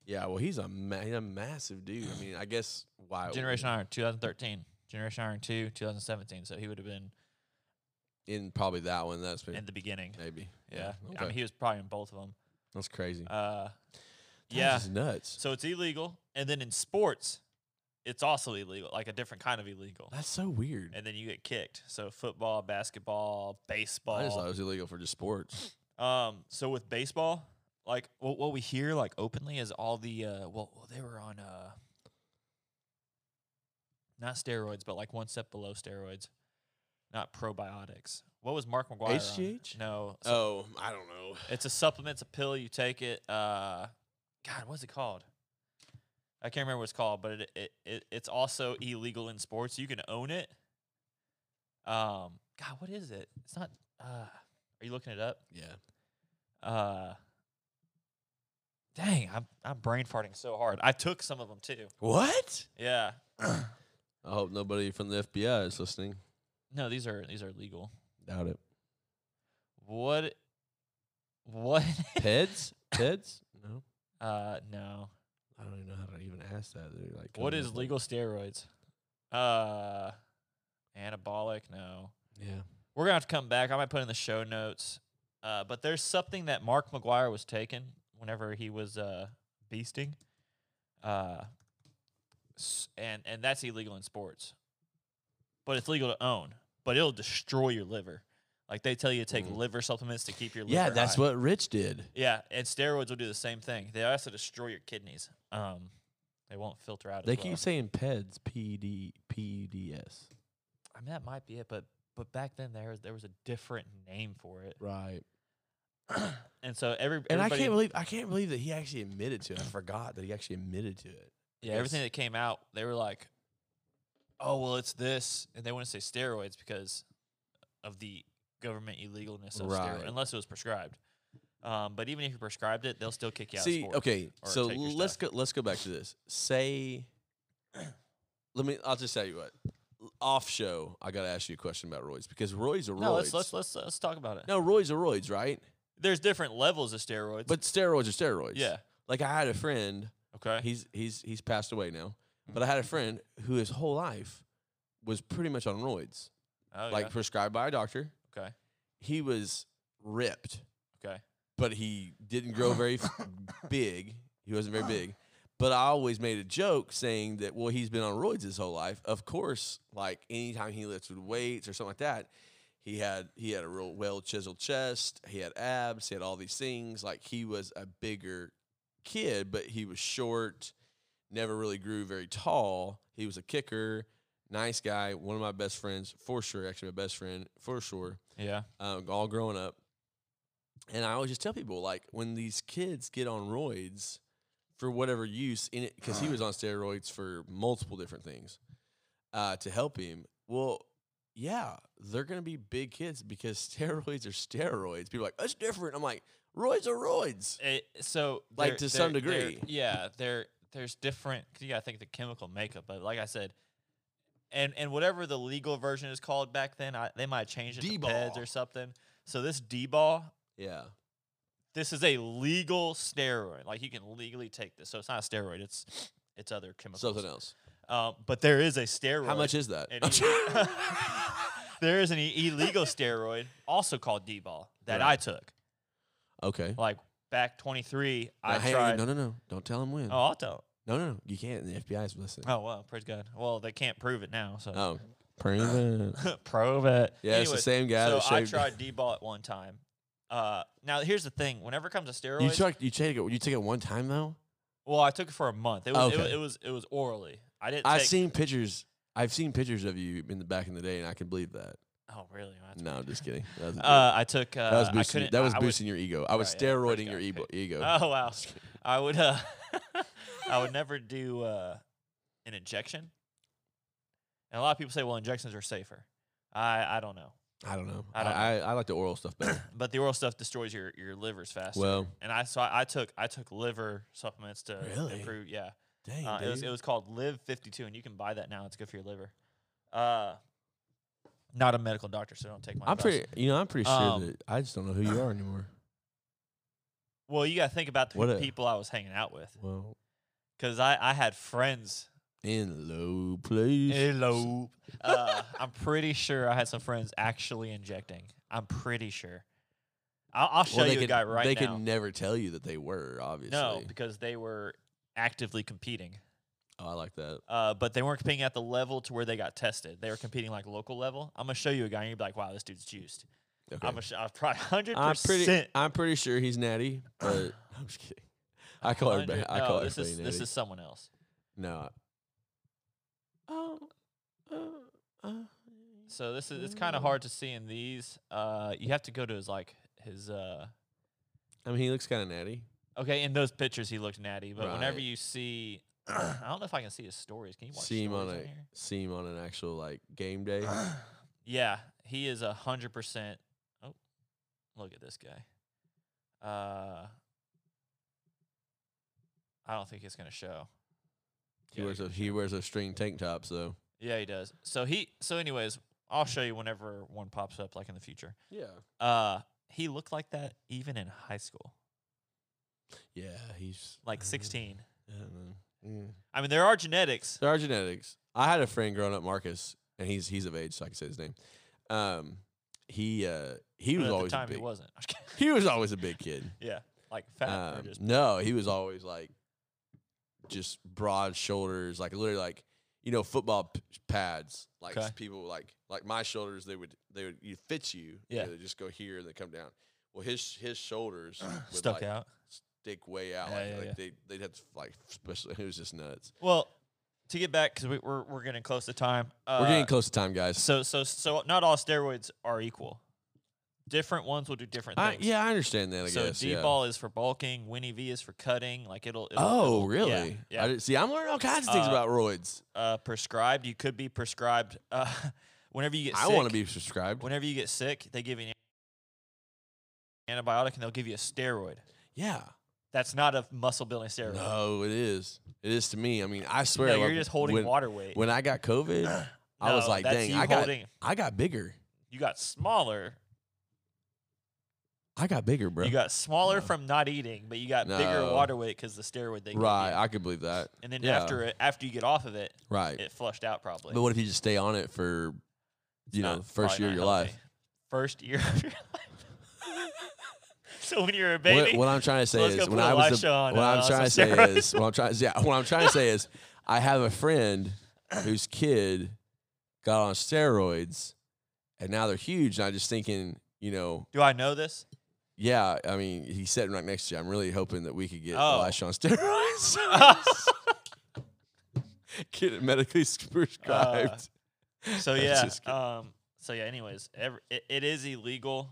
A: Yeah. Well, he's a ma- he's a massive dude. I mean, I guess why w-
B: *sighs* Generation Iron 2013. Generation Iron 2 2017. So he would have been
A: in probably that one. That's been
B: in the beginning.
A: *laughs* maybe.
B: Yeah,
A: Okay.
B: I mean he was probably in both of them.
A: that's crazy.
B: Uh,
A: That's
B: yeah.
A: just nuts.
B: So it's illegal, and then in sports, it's also illegal, like a different kind of illegal.
A: That's so weird.
B: And then you get kicked. So football, basketball, baseball.
A: I just thought it was illegal for just
B: *laughs*
A: sports.
B: Um, so with baseball, like what, what we hear like openly is all the uh, well, well they were on uh, not steroids, but like one step below steroids, not probiotics. What was Mark McGuire? on?
A: HGH?
B: No, so
A: Oh, I don't know.
B: it's a supplement. It's a pill. You take it. Uh, God, what's it called? I can't remember what it's called, but it, it, it it's also illegal in sports. You can own it. Um, God, what is it? It's not. Uh, are you looking it up?
A: Yeah.
B: Uh, dang, I'm I'm brain farting so hard. I took some of them too.
A: What?
B: Yeah.
A: I hope nobody from the FBI is listening.
B: No, these are these are legal.
A: Doubt it.
B: What? What?
A: Peds? Peds? No.
B: uh, no.
A: I don't even know how to even ask that. They're like,
B: What
A: kinda
B: is
A: like-
B: legal steroids? Uh, anabolic? No.
A: Yeah.
B: We're gonna have to come back. I might put in the show notes. Uh, but there's something that Mark McGuire was taking whenever he was uh beasting. Uh, s- and and that's illegal in sports, but it's legal to own. But it'll destroy your liver. Like they tell you to take
A: Mm.
B: liver supplements to keep your liver.
A: Yeah, that's
B: high.
A: what Rich did.
B: Yeah, and steroids will do the same thing. They also destroy your kidneys. Um, they won't filter out.
A: They
B: as well.
A: keep saying Peds, P E D P D S.
B: I mean, that might be it, but but back then there was there was a different name for it,
A: Right.
B: and so every
A: And I
B: everybody-
A: can't believe I can't believe that he actually admitted to it. I forgot that he actually admitted to it.
B: yeah, everything that came out, they were like, oh well, it's this, and they wouldn't say steroids because of the government illegalness of
A: Right.
B: steroids, unless it was prescribed. Um, but even if you prescribed it, they'll still kick you out. of
A: See,
B: sports.
A: okay,
B: or
A: so
B: take your
A: let's go. Let's go back to this. Say, *clears throat* let me. I'll just tell you what. L- Off show, I gotta ask you a question about roids because roids are roids.
B: No, let's let's let's let's talk about it.
A: no, roids are roids, right?
B: There's different levels of steroids.
A: But steroids are steroids.
B: yeah,
A: Like I had a friend.
B: okay. Mm-hmm.
A: He's he's he's passed away now, but I had a friend who his whole life was pretty much on roids,
B: oh,
A: like prescribed by a doctor.
B: yeah. okay,
A: He was ripped.
B: okay.
A: but he didn't grow very f- big. He wasn't very big. But I always made a joke saying that, well, he's been on roids his whole life. Of course, like anytime he lifted weights or something like that, he had he had a real well chiseled chest. He had abs. He had all these things. Like he was a bigger kid, but he was short. Never really grew very tall. He was a kicker, nice guy. One of my best friends for sure. Actually, my best friend for sure
B: Yeah.
A: um, all growing up. And I always just tell people like when these kids get on roids for whatever use in it, because he was on steroids for multiple different things uh, to help him. Well, yeah, they're gonna be big kids because *laughs* steroids are steroids. People are like that's different. I'm like roids are roids.
B: It, so
A: Like,
B: there-
A: to some
B: there- there-
A: degree.
B: yeah there there's different cause you gotta think the chemical makeup but like i said and and whatever the legal version is called back then I, they might change it to peds
A: D-ball.
B: or something so this d-ball
A: Yeah,
B: this is a legal steroid like you can legally take this so it's not a steroid it's it's other chemicals
A: something else.
B: Um, but there is a steroid
A: How much is that?
B: *laughs* an e- *laughs* there is an e- illegal steroid also called d-ball that
A: Right.
B: i took
A: *laughs* okay.
B: like back 23 i
A: Now, hang on,
B: tried
A: no, no, no. Don't tell him when.
B: oh i'll tell
A: No, no, no. You can't. The FBI's listening.
B: *laughs* Oh well, praise God. Well, they can't prove it now, so
A: Oh, pretty
B: *laughs*
A: much.
B: prove it.
A: Oh. Yeah, it's the
B: Anyways,
A: same guy.
B: So
A: that
B: I
A: shaved-
B: tried D ball at one time. Uh, now here's the thing: whenever it comes to steroids,
A: You took you take it you take it one time though.
B: well, I took it for a month. It was, it, was
A: Okay.
B: it was it was orally. I didn't.
A: I've
B: take,
A: seen pictures. I've seen pictures of you in the back in the day, and I can believe that.
B: Oh really? Well, that's
A: no, I'm
B: weird.
A: just kidding. That was, a joke.
B: Uh, I took. Uh,
A: that was
B: I
A: boosting.
B: couldn't-
A: That was
B: I would-
A: boosting your ego. I was
B: Right, yeah, praise
A: steroiding your
B: God.
A: ego. ego.
B: oh wow! *laughs* I would. Uh, I would never do uh, an injection. And a lot of people say, well, injections are safer. I I don't know,
A: I don't know. I,
B: I don't
A: I, I like the oral stuff better.
B: but the oral stuff destroys your your livers faster.
A: well,
B: and I saw I took I took liver supplements to
A: Really?
B: improve. Yeah,
A: dang,
B: uh, it was
A: dude.
B: it was called Live Fifty Two, and you can buy that now. It's good for your liver. Uh, not a medical doctor, so don't take my.
A: I'm
B: advice.
A: pretty. You know, I'm pretty sure
B: Um,
A: that I just don't know who you are anymore.
B: Well, you got to think about the
A: What a-
B: people I was hanging out with,
A: Well,
B: because I I had friends.
A: in low place.
B: Hello. uh, *laughs* I'm pretty sure I had some friends actually injecting. I'm pretty sure. I'll, I'll show
A: Well,
B: you
A: they
B: a
A: could,
B: guy right
A: They
B: now.
A: could never tell you that they were obviously.
B: no, because they were actively competing.
A: Oh, I like that.
B: uh, but they weren't competing at the level to where they got tested. They were competing like local level. I'm gonna show you a guy and you'll be like, "Wow, this dude's juiced."
A: Okay.
B: I'm gonna show, I'm probably hundred
A: I'm pretty.
B: percent.
A: I'm pretty sure he's natty,
B: *sighs*
A: but I'm just kidding. I call everybody. I call
B: No, this
A: everybody
B: is
A: natty.
B: this is someone else.
A: no. Oh,
B: Um, uh, So this is it's kind
A: Mm.
B: of hard to see in these. Uh, you have to go to his like his. Uh,
A: I mean, he looks kind of natty.
B: okay, in those pictures he looked natty, but whenever
A: Right.
B: you see *clears throat* I don't know if I can see his stories. Can you watch
A: See him on
B: stories
A: a
B: here?
A: see him on an actual like game day.
B: *sighs* Yeah, he is a hundred percent. Oh, look at this guy. Uh, I don't think it's gonna show.
A: He
B: Yeah,
A: wears a he wears a string tank top, so
B: Yeah, he does. So he. So, anyways, I'll show you whenever one pops up, like in the future.
A: yeah,
B: Uh, he looked like that even in high school,
A: yeah. He's
B: like
A: uh,
B: sixteen.
A: I don't know. Yeah.
B: I mean, there are genetics.
A: There are genetics. I had a friend growing up, Marcus, and he's he's of age, so I can say his name. Um, he uh, he
B: but
A: was
B: at
A: always
B: the
A: a
B: time
A: big,
B: he
A: he was.
B: wasn't. *laughs* I'm just kidding.
A: always a big kid.
B: yeah, like fat or
A: Um,
B: just
A: no, he was always like just broad shoulders, like literally like you know football p- pads. Like
B: Okay.
A: people like like my shoulders, they would they would you fit you.
B: Yeah.
A: they just go here and they come down. Well, his his
B: *clears throat*
A: shoulders would,
B: stuck
A: like,
B: out.
A: stick way out.
B: Yeah,
A: like
B: yeah,
A: like
B: yeah.
A: they they'd have to like especially it was just nuts.
B: Well, to get back because we, we're we're getting close to time. Uh,
A: We're getting close to time, guys.
B: So so so not all steroids are equal. Different ones will do different
A: I,
B: things.
A: yeah, I understand that. I
B: so
A: guess.
B: D
A: yeah.
B: ball is for bulking. Winnie V is for cutting. Like it'll. it'll
A: Oh,
B: it'll- yeah,
A: really?
B: Yeah.
A: I didn't, see, I'm learning all kinds of things
B: Uh,
A: about roids.
B: uh, prescribed. You could be prescribed. Uh, *laughs* whenever you get.
A: I want to
B: sick-
A: be subscribed.
B: Whenever you get sick, they give you an antibiotic and they'll give you a steroid.
A: Yeah.
B: That's not a muscle building steroid.
A: No, it is. It is to me. I mean, I
B: No,
A: swear.
B: you're
A: like,
B: just holding
A: when,
B: water weight.
A: When I got
B: *clears throat*
A: COVID, I was
B: No,
A: like,
B: that's
A: dang,
B: you
A: I got,
B: holding-
A: I got bigger.
B: You got smaller.
A: I got bigger, bro.
B: You got smaller
A: No.
B: from not eating, but you got bigger
A: No.
B: water weight because the steroid they gave you.
A: right. I could believe that.
B: And then
A: Yeah.
B: after it, after you get off of it,
A: Right.
B: it flushed out probably.
A: But what if you just stay on it for,
B: It's
A: you know,
B: not-
A: the first
B: probably
A: year of
B: not
A: your
B: healthy.
A: life?
B: First year of your life. *laughs* so when you're a
A: What,
B: baby,
A: what I'm trying to say
B: Let's go
A: is, when
B: put a
A: I
B: live
A: was, the,
B: show on,
A: what
B: uh,
A: I'm trying to
B: some
A: say
B: *laughs* steroids.
A: is, what I'm trying, yeah, what I'm trying to say is, I have a friend whose kid got on steroids, and now they're huge. And I'm just thinking, you know,
B: do I
A: *laughs*
B: know this? *laughs*
A: yeah, I mean, he's sitting right next to you. I'm really hoping that we could get
B: Oh.
A: Elisha on steroids, *laughs* get it medically prescribed.
B: so
A: I'm
B: yeah.
A: just kidding.
B: Um, so yeah. Anyways, every, it, it is illegal,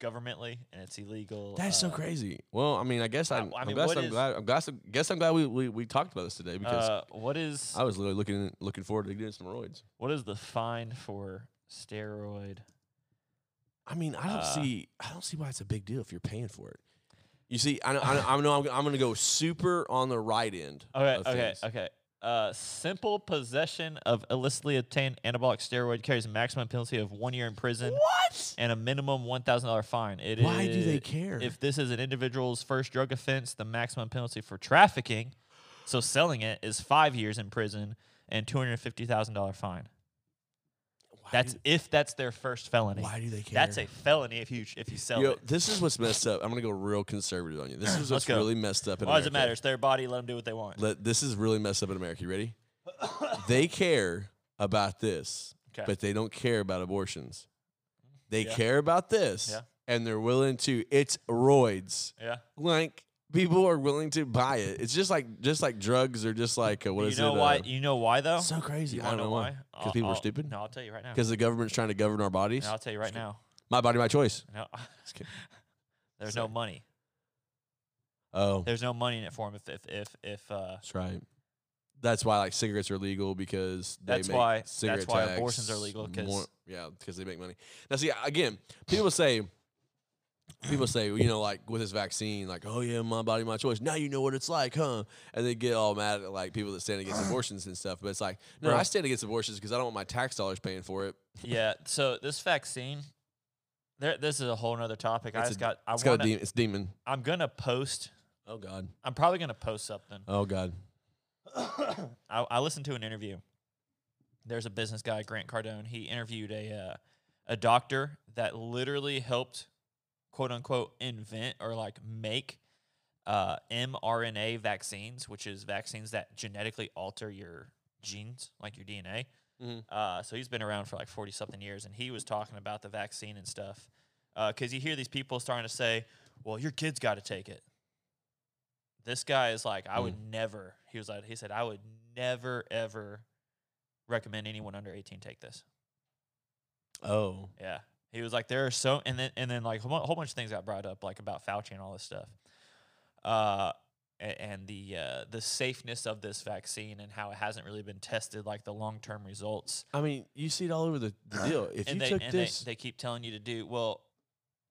B: governmentally, and it's illegal.
A: That's so
B: uh,
A: crazy. Well, I mean, I guess
B: I-
A: I'm,
B: I
A: I
B: mean,
A: am
B: what
A: glad, I'm
B: is-
A: glad, I'm glad, guess I'm glad we, we, we talked about this today because
B: uh, what is
A: I was literally looking looking forward to doing some roids.
B: what is the fine for steroid?
A: I mean, I don't
B: Uh,
A: see, I don't see why it's a big deal if you're paying for it. You see, I know, I *laughs* know, I know I'm, I'm going to go super on the right end.
B: Okay,
A: of
B: okay,
A: things.
B: okay. Uh, simple possession of illicitly obtained anabolic steroid carries a maximum penalty of one year in prison
A: What?
B: and a minimum one thousand dollar fine. It is
A: Why do they care?
B: If this is an individual's first drug offense, the maximum penalty for trafficking, so selling it, is five years in prison and two hundred fifty thousand dollar fine.
A: Why
B: That's
A: do-
B: if that's their first felony.
A: why do they care?
B: That's a felony if you if you sell
A: Yo,
B: it.
A: this is what's messed up. I'm going to go real conservative on you. This is
B: *laughs* Let's
A: what's
B: go.
A: really messed up in
B: Why does it
A: America.
B: matter? It's their body. Let them do what they want.
A: Let- this is really messed up in America. You
B: *coughs*
A: ready? they care about this,
B: Okay.
A: but they don't care about abortions. They
B: Yeah.
A: care about this,
B: Yeah.
A: and they're willing to. It's roids.
B: yeah.
A: like people are willing to buy it. It's just like just like drugs are just like uh, what
B: you
A: is
B: know
A: it?
B: why? you know why though?
A: uh, so crazy.
B: You
A: I
B: wanna
A: don't know why.
B: I'll-
A: Because people are
B: I'll-
A: stupid.
B: uh, No, I'll tell you right now.
A: Because the government's trying to govern our bodies.
B: And I'll tell you right now.
A: My body, my choice.
B: No, *laughs*
A: Just kidding.
B: there's no
A: Sorry.
B: money.
A: Oh,
B: There's no money in it for them. If if if
A: *laughs*
B: if uh,
A: that's right. That's why like cigarettes are legal because they
B: That's
A: make
B: why- that's
A: cigarette
B: why
A: tax
B: abortions are legal 'cause-
A: more- yeah because they make money. Now see again, people say. People say, you know, like with this vaccine, like, oh yeah, my body, my choice. Now you know what it's like, huh? And they get all mad at like people that stand against
B: *sighs*
A: abortions and stuff. But it's like, no,
B: Bro.
A: I stand against abortions because I don't want my tax dollars paying for it.
B: yeah, so this vaccine, there, this is a whole nother topic. I
A: It's
B: just
A: a-
B: got. I
A: It's got
B: want.
A: a
B: to
A: demon. It's demon.
B: I'm gonna post.
A: Oh god.
B: I'm probably gonna post something.
A: Oh god.
B: I, I listened to an interview. There's a business guy, Grant Cardone. He interviewed a uh, a doctor that literally helped, quote unquote, invent or like make uh, mRNA vaccines, which is vaccines that genetically alter your genes, like your DNA.
A: Mhm.
B: Uh, so he's been around for like forty something years, and he was talking about the vaccine and stuff. Because you hear these people starting to say, "Well, your kids got to take it." This guy is like, I
A: Mm.
B: would never. He was like, he said, I would never ever recommend anyone under eighteen take this.
A: Oh.
B: Yeah. He was like, there are so, and then and then like a whole bunch of things got brought up, like about Fauci and all this stuff. Uh, a- and the uh, the safeness of this vaccine and how it hasn't really been tested, like the long term results.
A: I mean, you see it all over the, the
B: *sighs*
A: deal. If
B: and
A: you
B: they
A: took
B: and
A: this,
B: they, they keep telling you to do well.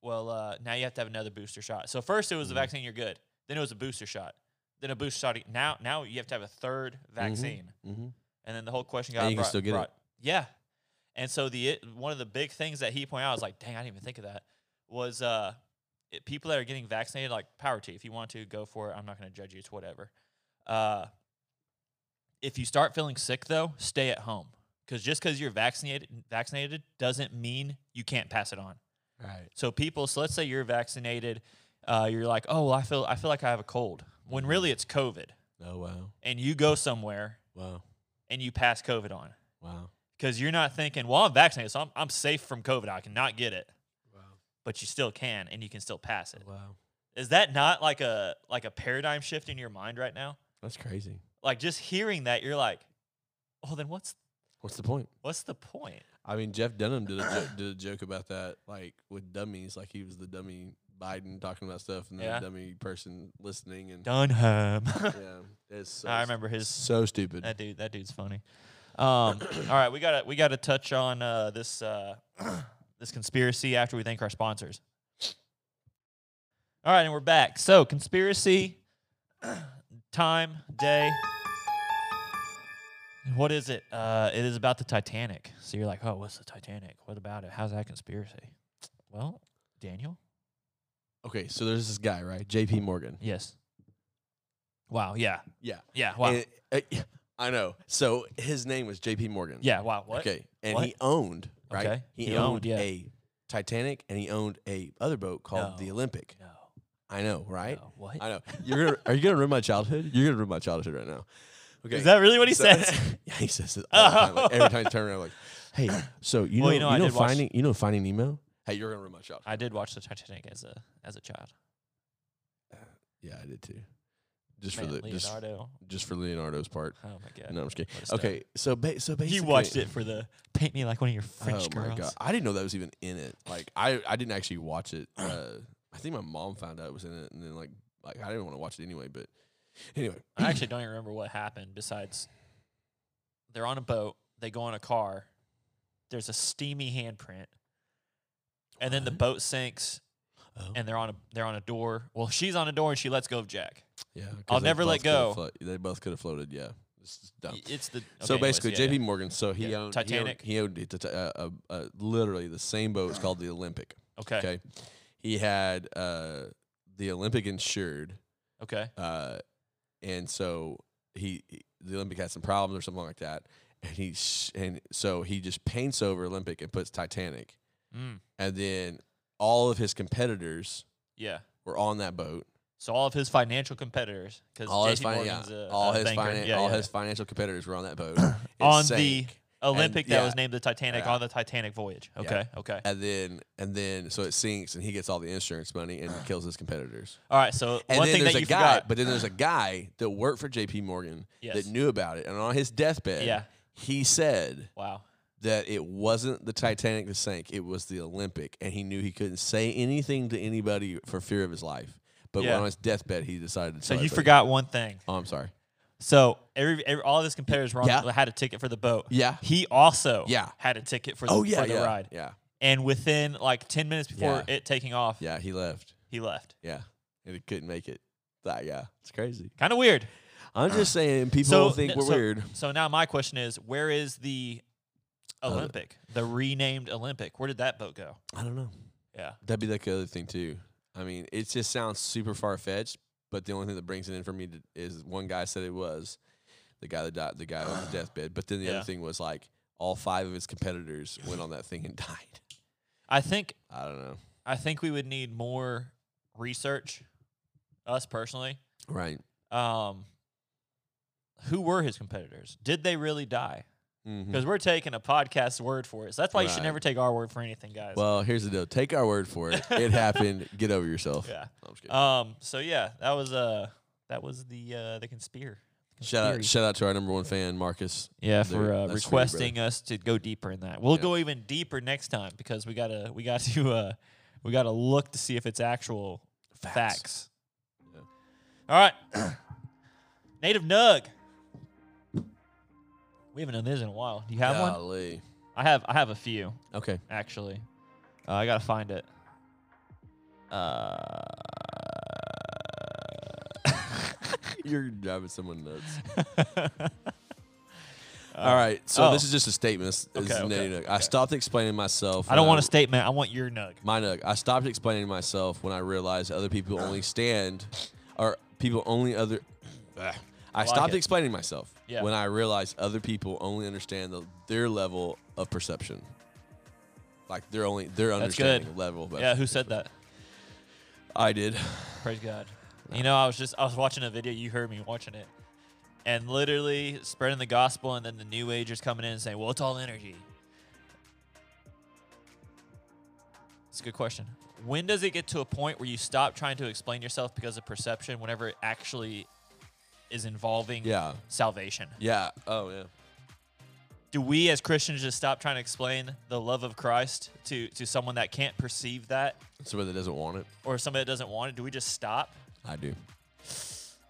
B: Well, uh, now you have to have another booster shot. So first it was the
A: Mhm.
B: vaccine, you're good. Then it was a booster shot. Then a booster shot. ag- Now now you have to have a third vaccine.
A: hmm
B: And then the whole question got
A: and you
B: brought,
A: can still get
B: brought-
A: it.
B: Yeah. And so the it, one of the big things that he pointed out I was like, dang, I didn't even think of that. Was uh, it, people that are getting vaccinated, like power to you. if you want to go for it, I'm not going to judge you. It's whatever. Uh, if you start feeling sick though, stay at home because just because you're vaccinated vaccinated doesn't mean you can't pass it on.
A: Right.
B: So people, so let's say you're vaccinated, uh, you're like, oh, well, I feel I feel like I have a cold when really it's COVID,
A: Oh wow,
B: and you go somewhere
A: wow,
B: and you pass COVID on
A: wow,
B: because you're not thinking, well, I'm vaccinated, so I'm, I'm safe from COVID. I cannot get it,
A: wow,
B: but you still can, and you can still pass it.
A: wow.
B: Is that not like a like a paradigm shift in your mind right now?
A: That's crazy.
B: Like just hearing that, you're like, oh, then what's
A: What's the point?
B: what's the point?
A: I mean, Jeff Dunham did a jo- *coughs* did a joke about that, like with dummies, like he was the dummy Biden talking about stuff, and then
B: Yeah.
A: the dummy person listening, and
B: Dunham. *laughs*
A: yeah, it's so,
B: I remember his
A: so stupid.
B: that dude. That dude's funny. Um, all right, we got to we got to touch on uh, this uh, *clears throat* this conspiracy after we thank our sponsors. All right, and we're back. So conspiracy *clears throat* time day. What is it? Uh, it is about the Titanic. So you're like, oh, what's the Titanic? What about it? How's that conspiracy? Well, Daniel.
A: Okay, so there's this guy, right? J.P. Morgan.
B: Yes. Wow. Yeah.
A: Yeah.
B: Yeah. Wow.
A: And- uh, yeah, I know. So his name was J.P. Morgan.
B: yeah. Wow. What?
A: Okay, and
B: What?
A: he owned right.
B: Okay,
A: He,
B: he owned,
A: owned,
B: yeah.
A: a Titanic, and he owned a other boat called the
B: No.
A: Olympic.
B: No.
A: I know, right?
B: no, What?
A: *laughs* I know. You're gonna, are you gonna ruin my childhood? You're gonna ruin my childhood right now. Okay.
B: Is that really what he
A: so-
B: says? *laughs*
A: *laughs* yeah, he says it all the time. Like, every time
B: Oh.
A: I turn around,
B: *laughs*
A: like, hey, so you know,
B: Well, you
A: you
B: know,
A: know,
B: I did watch-
A: finding, you know, Finding Nemo. Hey, you're gonna ruin my
B: *laughs*
A: childhood.
B: I did watch the Titanic as a as a child.
A: yeah, I did too. Just
B: Man,
A: for the just,
B: Leonardo.
A: just for Leonardo's part.
B: oh my god.
A: No, I'm just kidding.
B: What a stud.
A: Okay, so ba- so basically,
B: He watched it for the paint me like one of your French
A: oh
B: girls.
A: my god, I didn't know that was even in it. Like, I I didn't actually watch it. Uh, I think my mom found out it was in it, and then like like I didn't want to watch it anyway. But anyway,
B: I actually don't even remember what happened besides they're on a boat, they go in a car, there's a steamy handprint. And then the
A: What?
B: boat sinks
A: Oh.
B: and they're on a they're on a door. Well, she's on a door and she lets go of Jack.
A: Yeah, 'cause
B: I'll
A: they
B: never let
A: both coulda
B: go.
A: flo- they both could have floated. Yeah, it's just dumb.
B: Y- It's the
A: so
B: okay, anyways,
A: basically,
B: yeah,
A: J.P.
B: yeah.
A: Morgan. So he
B: Yeah,
A: owned
B: Titanic.
A: He owned, he owned it to, uh, uh, uh, literally the same
B: *sighs*
A: boat. It's called the Olympic.
B: Okay.
A: Okay, he had uh, the Olympic insured,
B: Okay.
A: uh, and so he he- the Olympic had some problems or something like that, and he sh- and so he just paints over Olympic and puts Titanic,
B: Mm,
A: and then all of his competitors
B: yeah.
A: were on that boat.
B: So all of his financial competitors, because
A: all his, fin- yeah,
B: Morgan's a,
A: all
B: a
A: his,
B: banker.
A: finan-
B: yeah,
A: all
B: yeah,
A: his financial competitors were on that
B: *clears throat*
A: boat. It
B: On the-
A: sank,
B: yeah. Olympic that
A: yeah.
B: was named the Titanic
A: Yeah.
B: on the Titanic voyage.
A: Yeah.
B: Okay, okay.
A: and then and then so it sinks, and he gets all the insurance money
B: *sighs*
A: and kills his competitors.
B: All right. So
A: And
B: one
A: then
B: thing
A: there's
B: that
A: a
B: you
A: guy,
B: forgot,
A: but then
B: *clears throat*
A: there's a guy that worked for J.P. Morgan
B: Yes.
A: that knew about it, and on his deathbed,
B: Yeah.
A: he said
B: wow,
A: that it wasn't the Titanic that sank; it was the Olympic, and he knew he couldn't say anything to anybody for fear of his life. But
B: Yeah.
A: on his deathbed, he decided to.
B: so
A: tell
B: you
A: everybody.
B: forgot one thing.
A: Oh, I'm sorry.
B: So every, every all of his competitors were on,
A: Yeah.
B: had a ticket for the boat.
A: Yeah.
B: He also
A: Yeah.
B: had a ticket for the,
A: Oh yeah,
B: for the
A: yeah,
B: ride.
A: yeah,
B: And within like ten minutes before
A: Yeah.
B: it taking off,
A: yeah. He left.
B: he left.
A: Yeah, and it couldn't make it. That yeah, Uh. it's crazy.
B: Kind of weird.
A: I'm just saying, people
B: so
A: think
B: n-
A: we're
B: so-
A: weird.
B: So now my question is, where is the
A: Uh,
B: Olympic, the renamed Olympic? Where did that boat go?
A: I don't know.
B: Yeah.
A: That'd be like the other thing too. I mean, it just sounds super far fetched. But the only thing that brings it in for me to, is one guy said it was the guy that died, the guy on
B: *sighs*
A: the deathbed. But then the
B: Yeah.
A: other thing was like all five of his competitors went on that thing and *laughs* died.
B: I think
A: I don't know.
B: I think we would need more research, us personally.
A: Right.
B: Um, who were his competitors? Did they really die?
A: Mhm.
B: Because we're taking a podcast's word for it. So that's why you should
A: Right.
B: never take our word for anything, guys.
A: Well, here's the deal. Take our word for it.
B: *laughs*
A: It happened. Get over yourself.
B: yeah.
A: No, I'm just kidding.
B: Um. So yeah, that was uh that was the uh the conspire.
A: shout
B: conspiracy.
A: out, shout out to our number one fan, Marcus.
B: Yeah,
A: There-
B: for uh,
A: that's for you, brother.
B: requesting us to go deeper in that. We'll
A: Yep.
B: go even deeper next time because we gotta we got *laughs* to uh we gotta look to see if it's actual facts.
A: Yeah.
B: All All right. *clears throat* Native Nug. We haven't done this in a while. Do you have one?
A: Golly.
B: I have I have a few
A: Okay.
B: actually. Uh, I gotta find it. Uh,
A: You're driving someone nuts.
B: *laughs*
A: All right. So
B: oh.
A: this is just a statement. This this
B: Okay,
A: is
B: okay,
A: Nate Nugg. I stopped explaining myself.
B: I don't
A: when
B: want a statement. I want your nug.
A: My nug. I stopped explaining myself when I realized other people
B: Uh.
A: only stand, or people only other. *clears throat* Ugh. I
B: like
A: stopped
B: it.
A: explaining myself
B: Yeah.
A: when I realized other people only understand the, their level of perception. Like their only their
B: That's good.
A: understanding level. But
B: Yeah, who said that?
A: I did. *laughs*
B: Praise God. You know, I was just I was watching a video. You heard me watching it, and literally spreading the gospel, and then the new agers coming in and saying, "Well, it's all energy." It's a good question. When does it get to a point where you stop trying to explain yourself because of perception, whenever it actually is involving
A: Yeah.
B: salvation?
A: Yeah. Oh yeah.
B: Do we as Christians just stop trying to explain the love of Christ to to someone that can't perceive that,
A: Somebody that doesn't want it.
B: or somebody that doesn't want it? Do we just stop?
A: I do.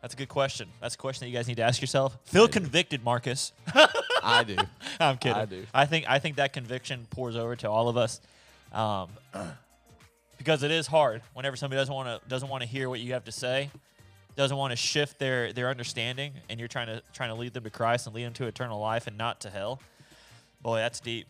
B: That's a good question. That's a question that you guys need to ask yourself. Feel convicted, Marcus. *laughs*
A: I do.
B: I'm kidding.
A: I do.
B: I think I think that conviction pours over to all of us, um, *clears throat* because it is hard whenever somebody doesn't want to doesn't want to hear what you have to say, doesn't want to shift their their understanding, and you're trying to trying to lead them to Christ and lead them to eternal life and not to hell. Boy, that's deep.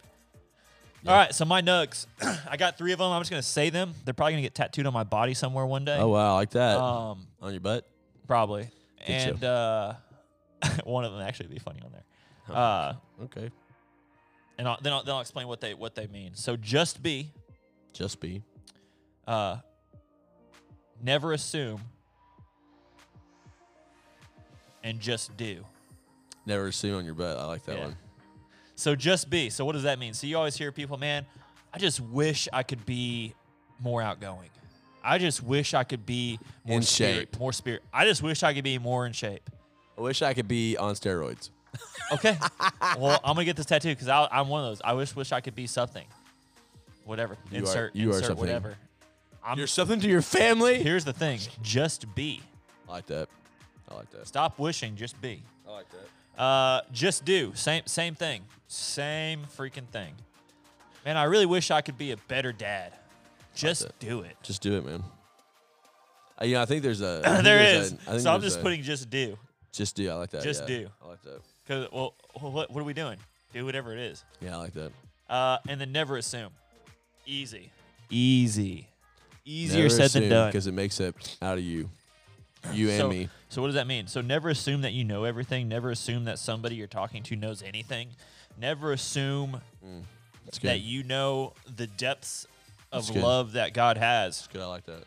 B: All right, so my nugs, *clears throat* I got three of them. I'm just gonna say them. They're probably gonna get tattooed on my body somewhere one day.
A: Oh wow, I like that
B: Um,
A: on your butt.
B: Probably.
A: so.
B: and uh, *laughs* one of them actually would be funny on there. Uh,
A: Oh, Okay.
B: and I'll, then, I'll, then I'll explain what they what they mean. So just be,
A: Just be.
B: uh, never assume, and just do.
A: Never assume on your butt. I like that
B: Yeah.
A: one.
B: So just be. So what does that mean? So you always hear people, man, I just wish I could be more outgoing. I just wish I could be more
A: In
B: spirit-
A: shape.
B: more spirit. I just wish I could be more in shape.
A: I wish I could be on steroids.
B: Okay. well, I'm gonna get this tattoo because I'm one of those. I wish wish I could be something. Whatever.
A: You are-
B: insert
A: you are
B: insert
A: something.
B: whatever. I'm
A: You're something to your family.
B: here's the thing. Just be.
A: I like that. I like that.
B: Stop wishing, just be.
A: I like that.
B: Uh just do. Same same thing. Same freaking thing. Man, I really wish I could be a better dad. Just
A: it.
B: do it.
A: Just do it, man. Uh, yeah, I think there's
B: *clears throat*
A: a. I
B: *laughs*
A: think
B: there
A: there's
B: is.
A: a- I think
B: so I'm
A: there's
B: just
A: a-
B: putting just do.
A: Just do. I like that.
B: Just
A: yeah.
B: do.
A: I like that.
B: Cause well wh- what what are we doing? Do whatever it is.
A: Yeah, I like that.
B: Uh and then never assume. Easy. Easy. Easier
A: because it makes it out of you, you and
B: so,
A: me.
B: So what does that mean? So never assume that you know everything. Never assume that somebody you're talking to knows anything. Never assume
A: It's good.
B: that you know the depths of
A: That's good.
B: love that God has.
A: It's good. I like that.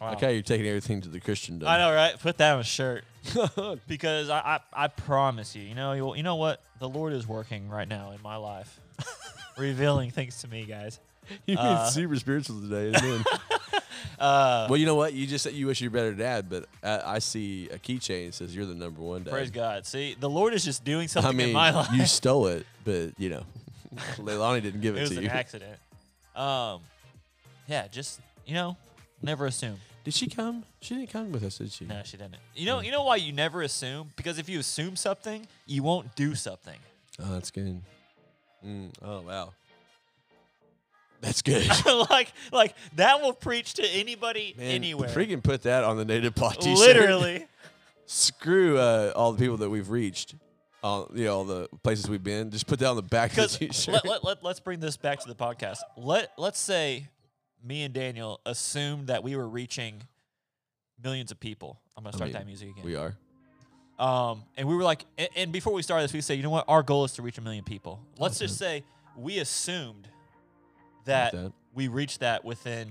B: Wow.
A: Like how you're taking everything to the Christian.
B: I know, right? Put that on a shirt *laughs* because I, I, I promise you, you know, you, you know what? The Lord is working right now in my life, *laughs* revealing things to me, guys.
A: *laughs* You've been
B: Uh,
A: super spiritual today.
B: *laughs*
A: Isn't it? well, you know what? You just said you wish you were better dad, but I, I see a keychain that says you're the number one dad.
B: Praise God. See, the Lord is just doing something
A: I mean,
B: in my life.
A: you stole it, but you know, *laughs* Leilani didn't give
B: *laughs* it
A: it,
B: was
A: to
B: an
A: you.
B: accident. Um, yeah, just you know, never assume.
A: Did she come? She didn't come with us, did she?
B: No, she didn't. You
A: Hmm.
B: know, you know why you never assume? Because if you assume something, you won't do something. *laughs*
A: Oh, that's good. Mm, oh wow, that's
B: *laughs*
A: good.
B: like, like that will preach to anybody
A: Man,
B: anywhere.
A: freaking put that on the native plot t-shirt.
B: Literally.
A: *laughs* Screw uh, all the people that we've reached. All you know, all the places we've been. Just put that on the back of
B: Because
A: the t-shirt.
B: let, let, let, us bring this back to the podcast. Let let's say me and Daniel assumed that we were reaching millions of people. I'm gonna start
A: mean,
B: that music again.
A: we are.
B: Um, and we were like, and, and before we started this, we said, you know what? Our goal is to reach a million people. Let's just say we assumed that,
A: that.
B: we reached that within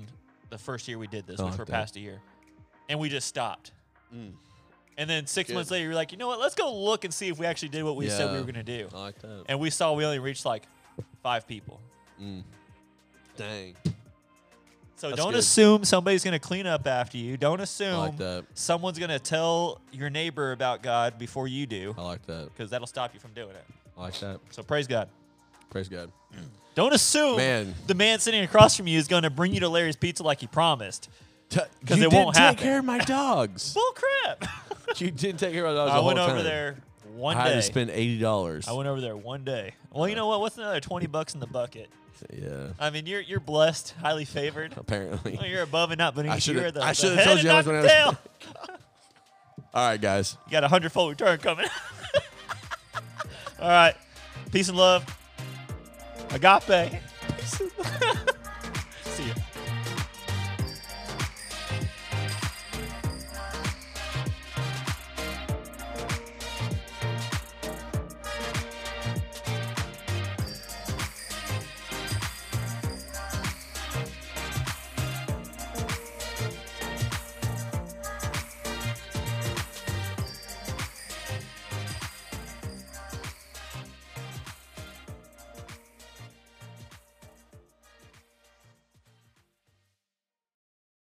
B: the first year we did this,
A: I
B: which
A: like
B: we're
A: that.
B: past a year, and we just stopped.
A: Mm.
B: And then six
A: Good.
B: months later, you're like, you know what? Let's go look and see if we actually did what we said we
A: Yeah.
B: were going to do.
A: I like that.
B: And we saw we only reached like five people.
A: Mm. Dang,
B: So
A: That's
B: don't
A: good.
B: assume somebody's going to clean up after you. Don't assume
A: I like that.
B: someone's going to tell your neighbor about God before you do,
A: I like that.
B: because that'll stop you from doing it.
A: I like that.
B: So praise God.
A: Praise God.
B: Don't assume
A: Man.
B: the man sitting across from you is going to bring you to Larry's Pizza like he promised.
A: because
B: it won't
A: take
B: happen.
A: care of my
B: *laughs*
A: dogs.
B: Bull crap.
A: you didn't take care of my dogs.
B: *laughs* I
A: the
B: went
A: whole
B: over
A: time.
B: there one
A: I had
B: day.
A: to spend eighty dollars.
B: I went over there one day. Well, you know what? What's another twenty bucks in the bucket?
A: Yeah,
B: I mean, you're you're blessed,
A: *laughs*
B: highly favored.
A: apparently.
B: *laughs* Well, You're above and not beneath.
A: I should've-
B: You're the,
A: I
B: the
A: should've
B: head
A: told
B: and
A: you I was
B: not
A: gonna
B: the
A: ask-
B: tail.
A: All right, guys.
B: You got a hundredfold return coming. *laughs* All right. Peace and love. Agape. *laughs*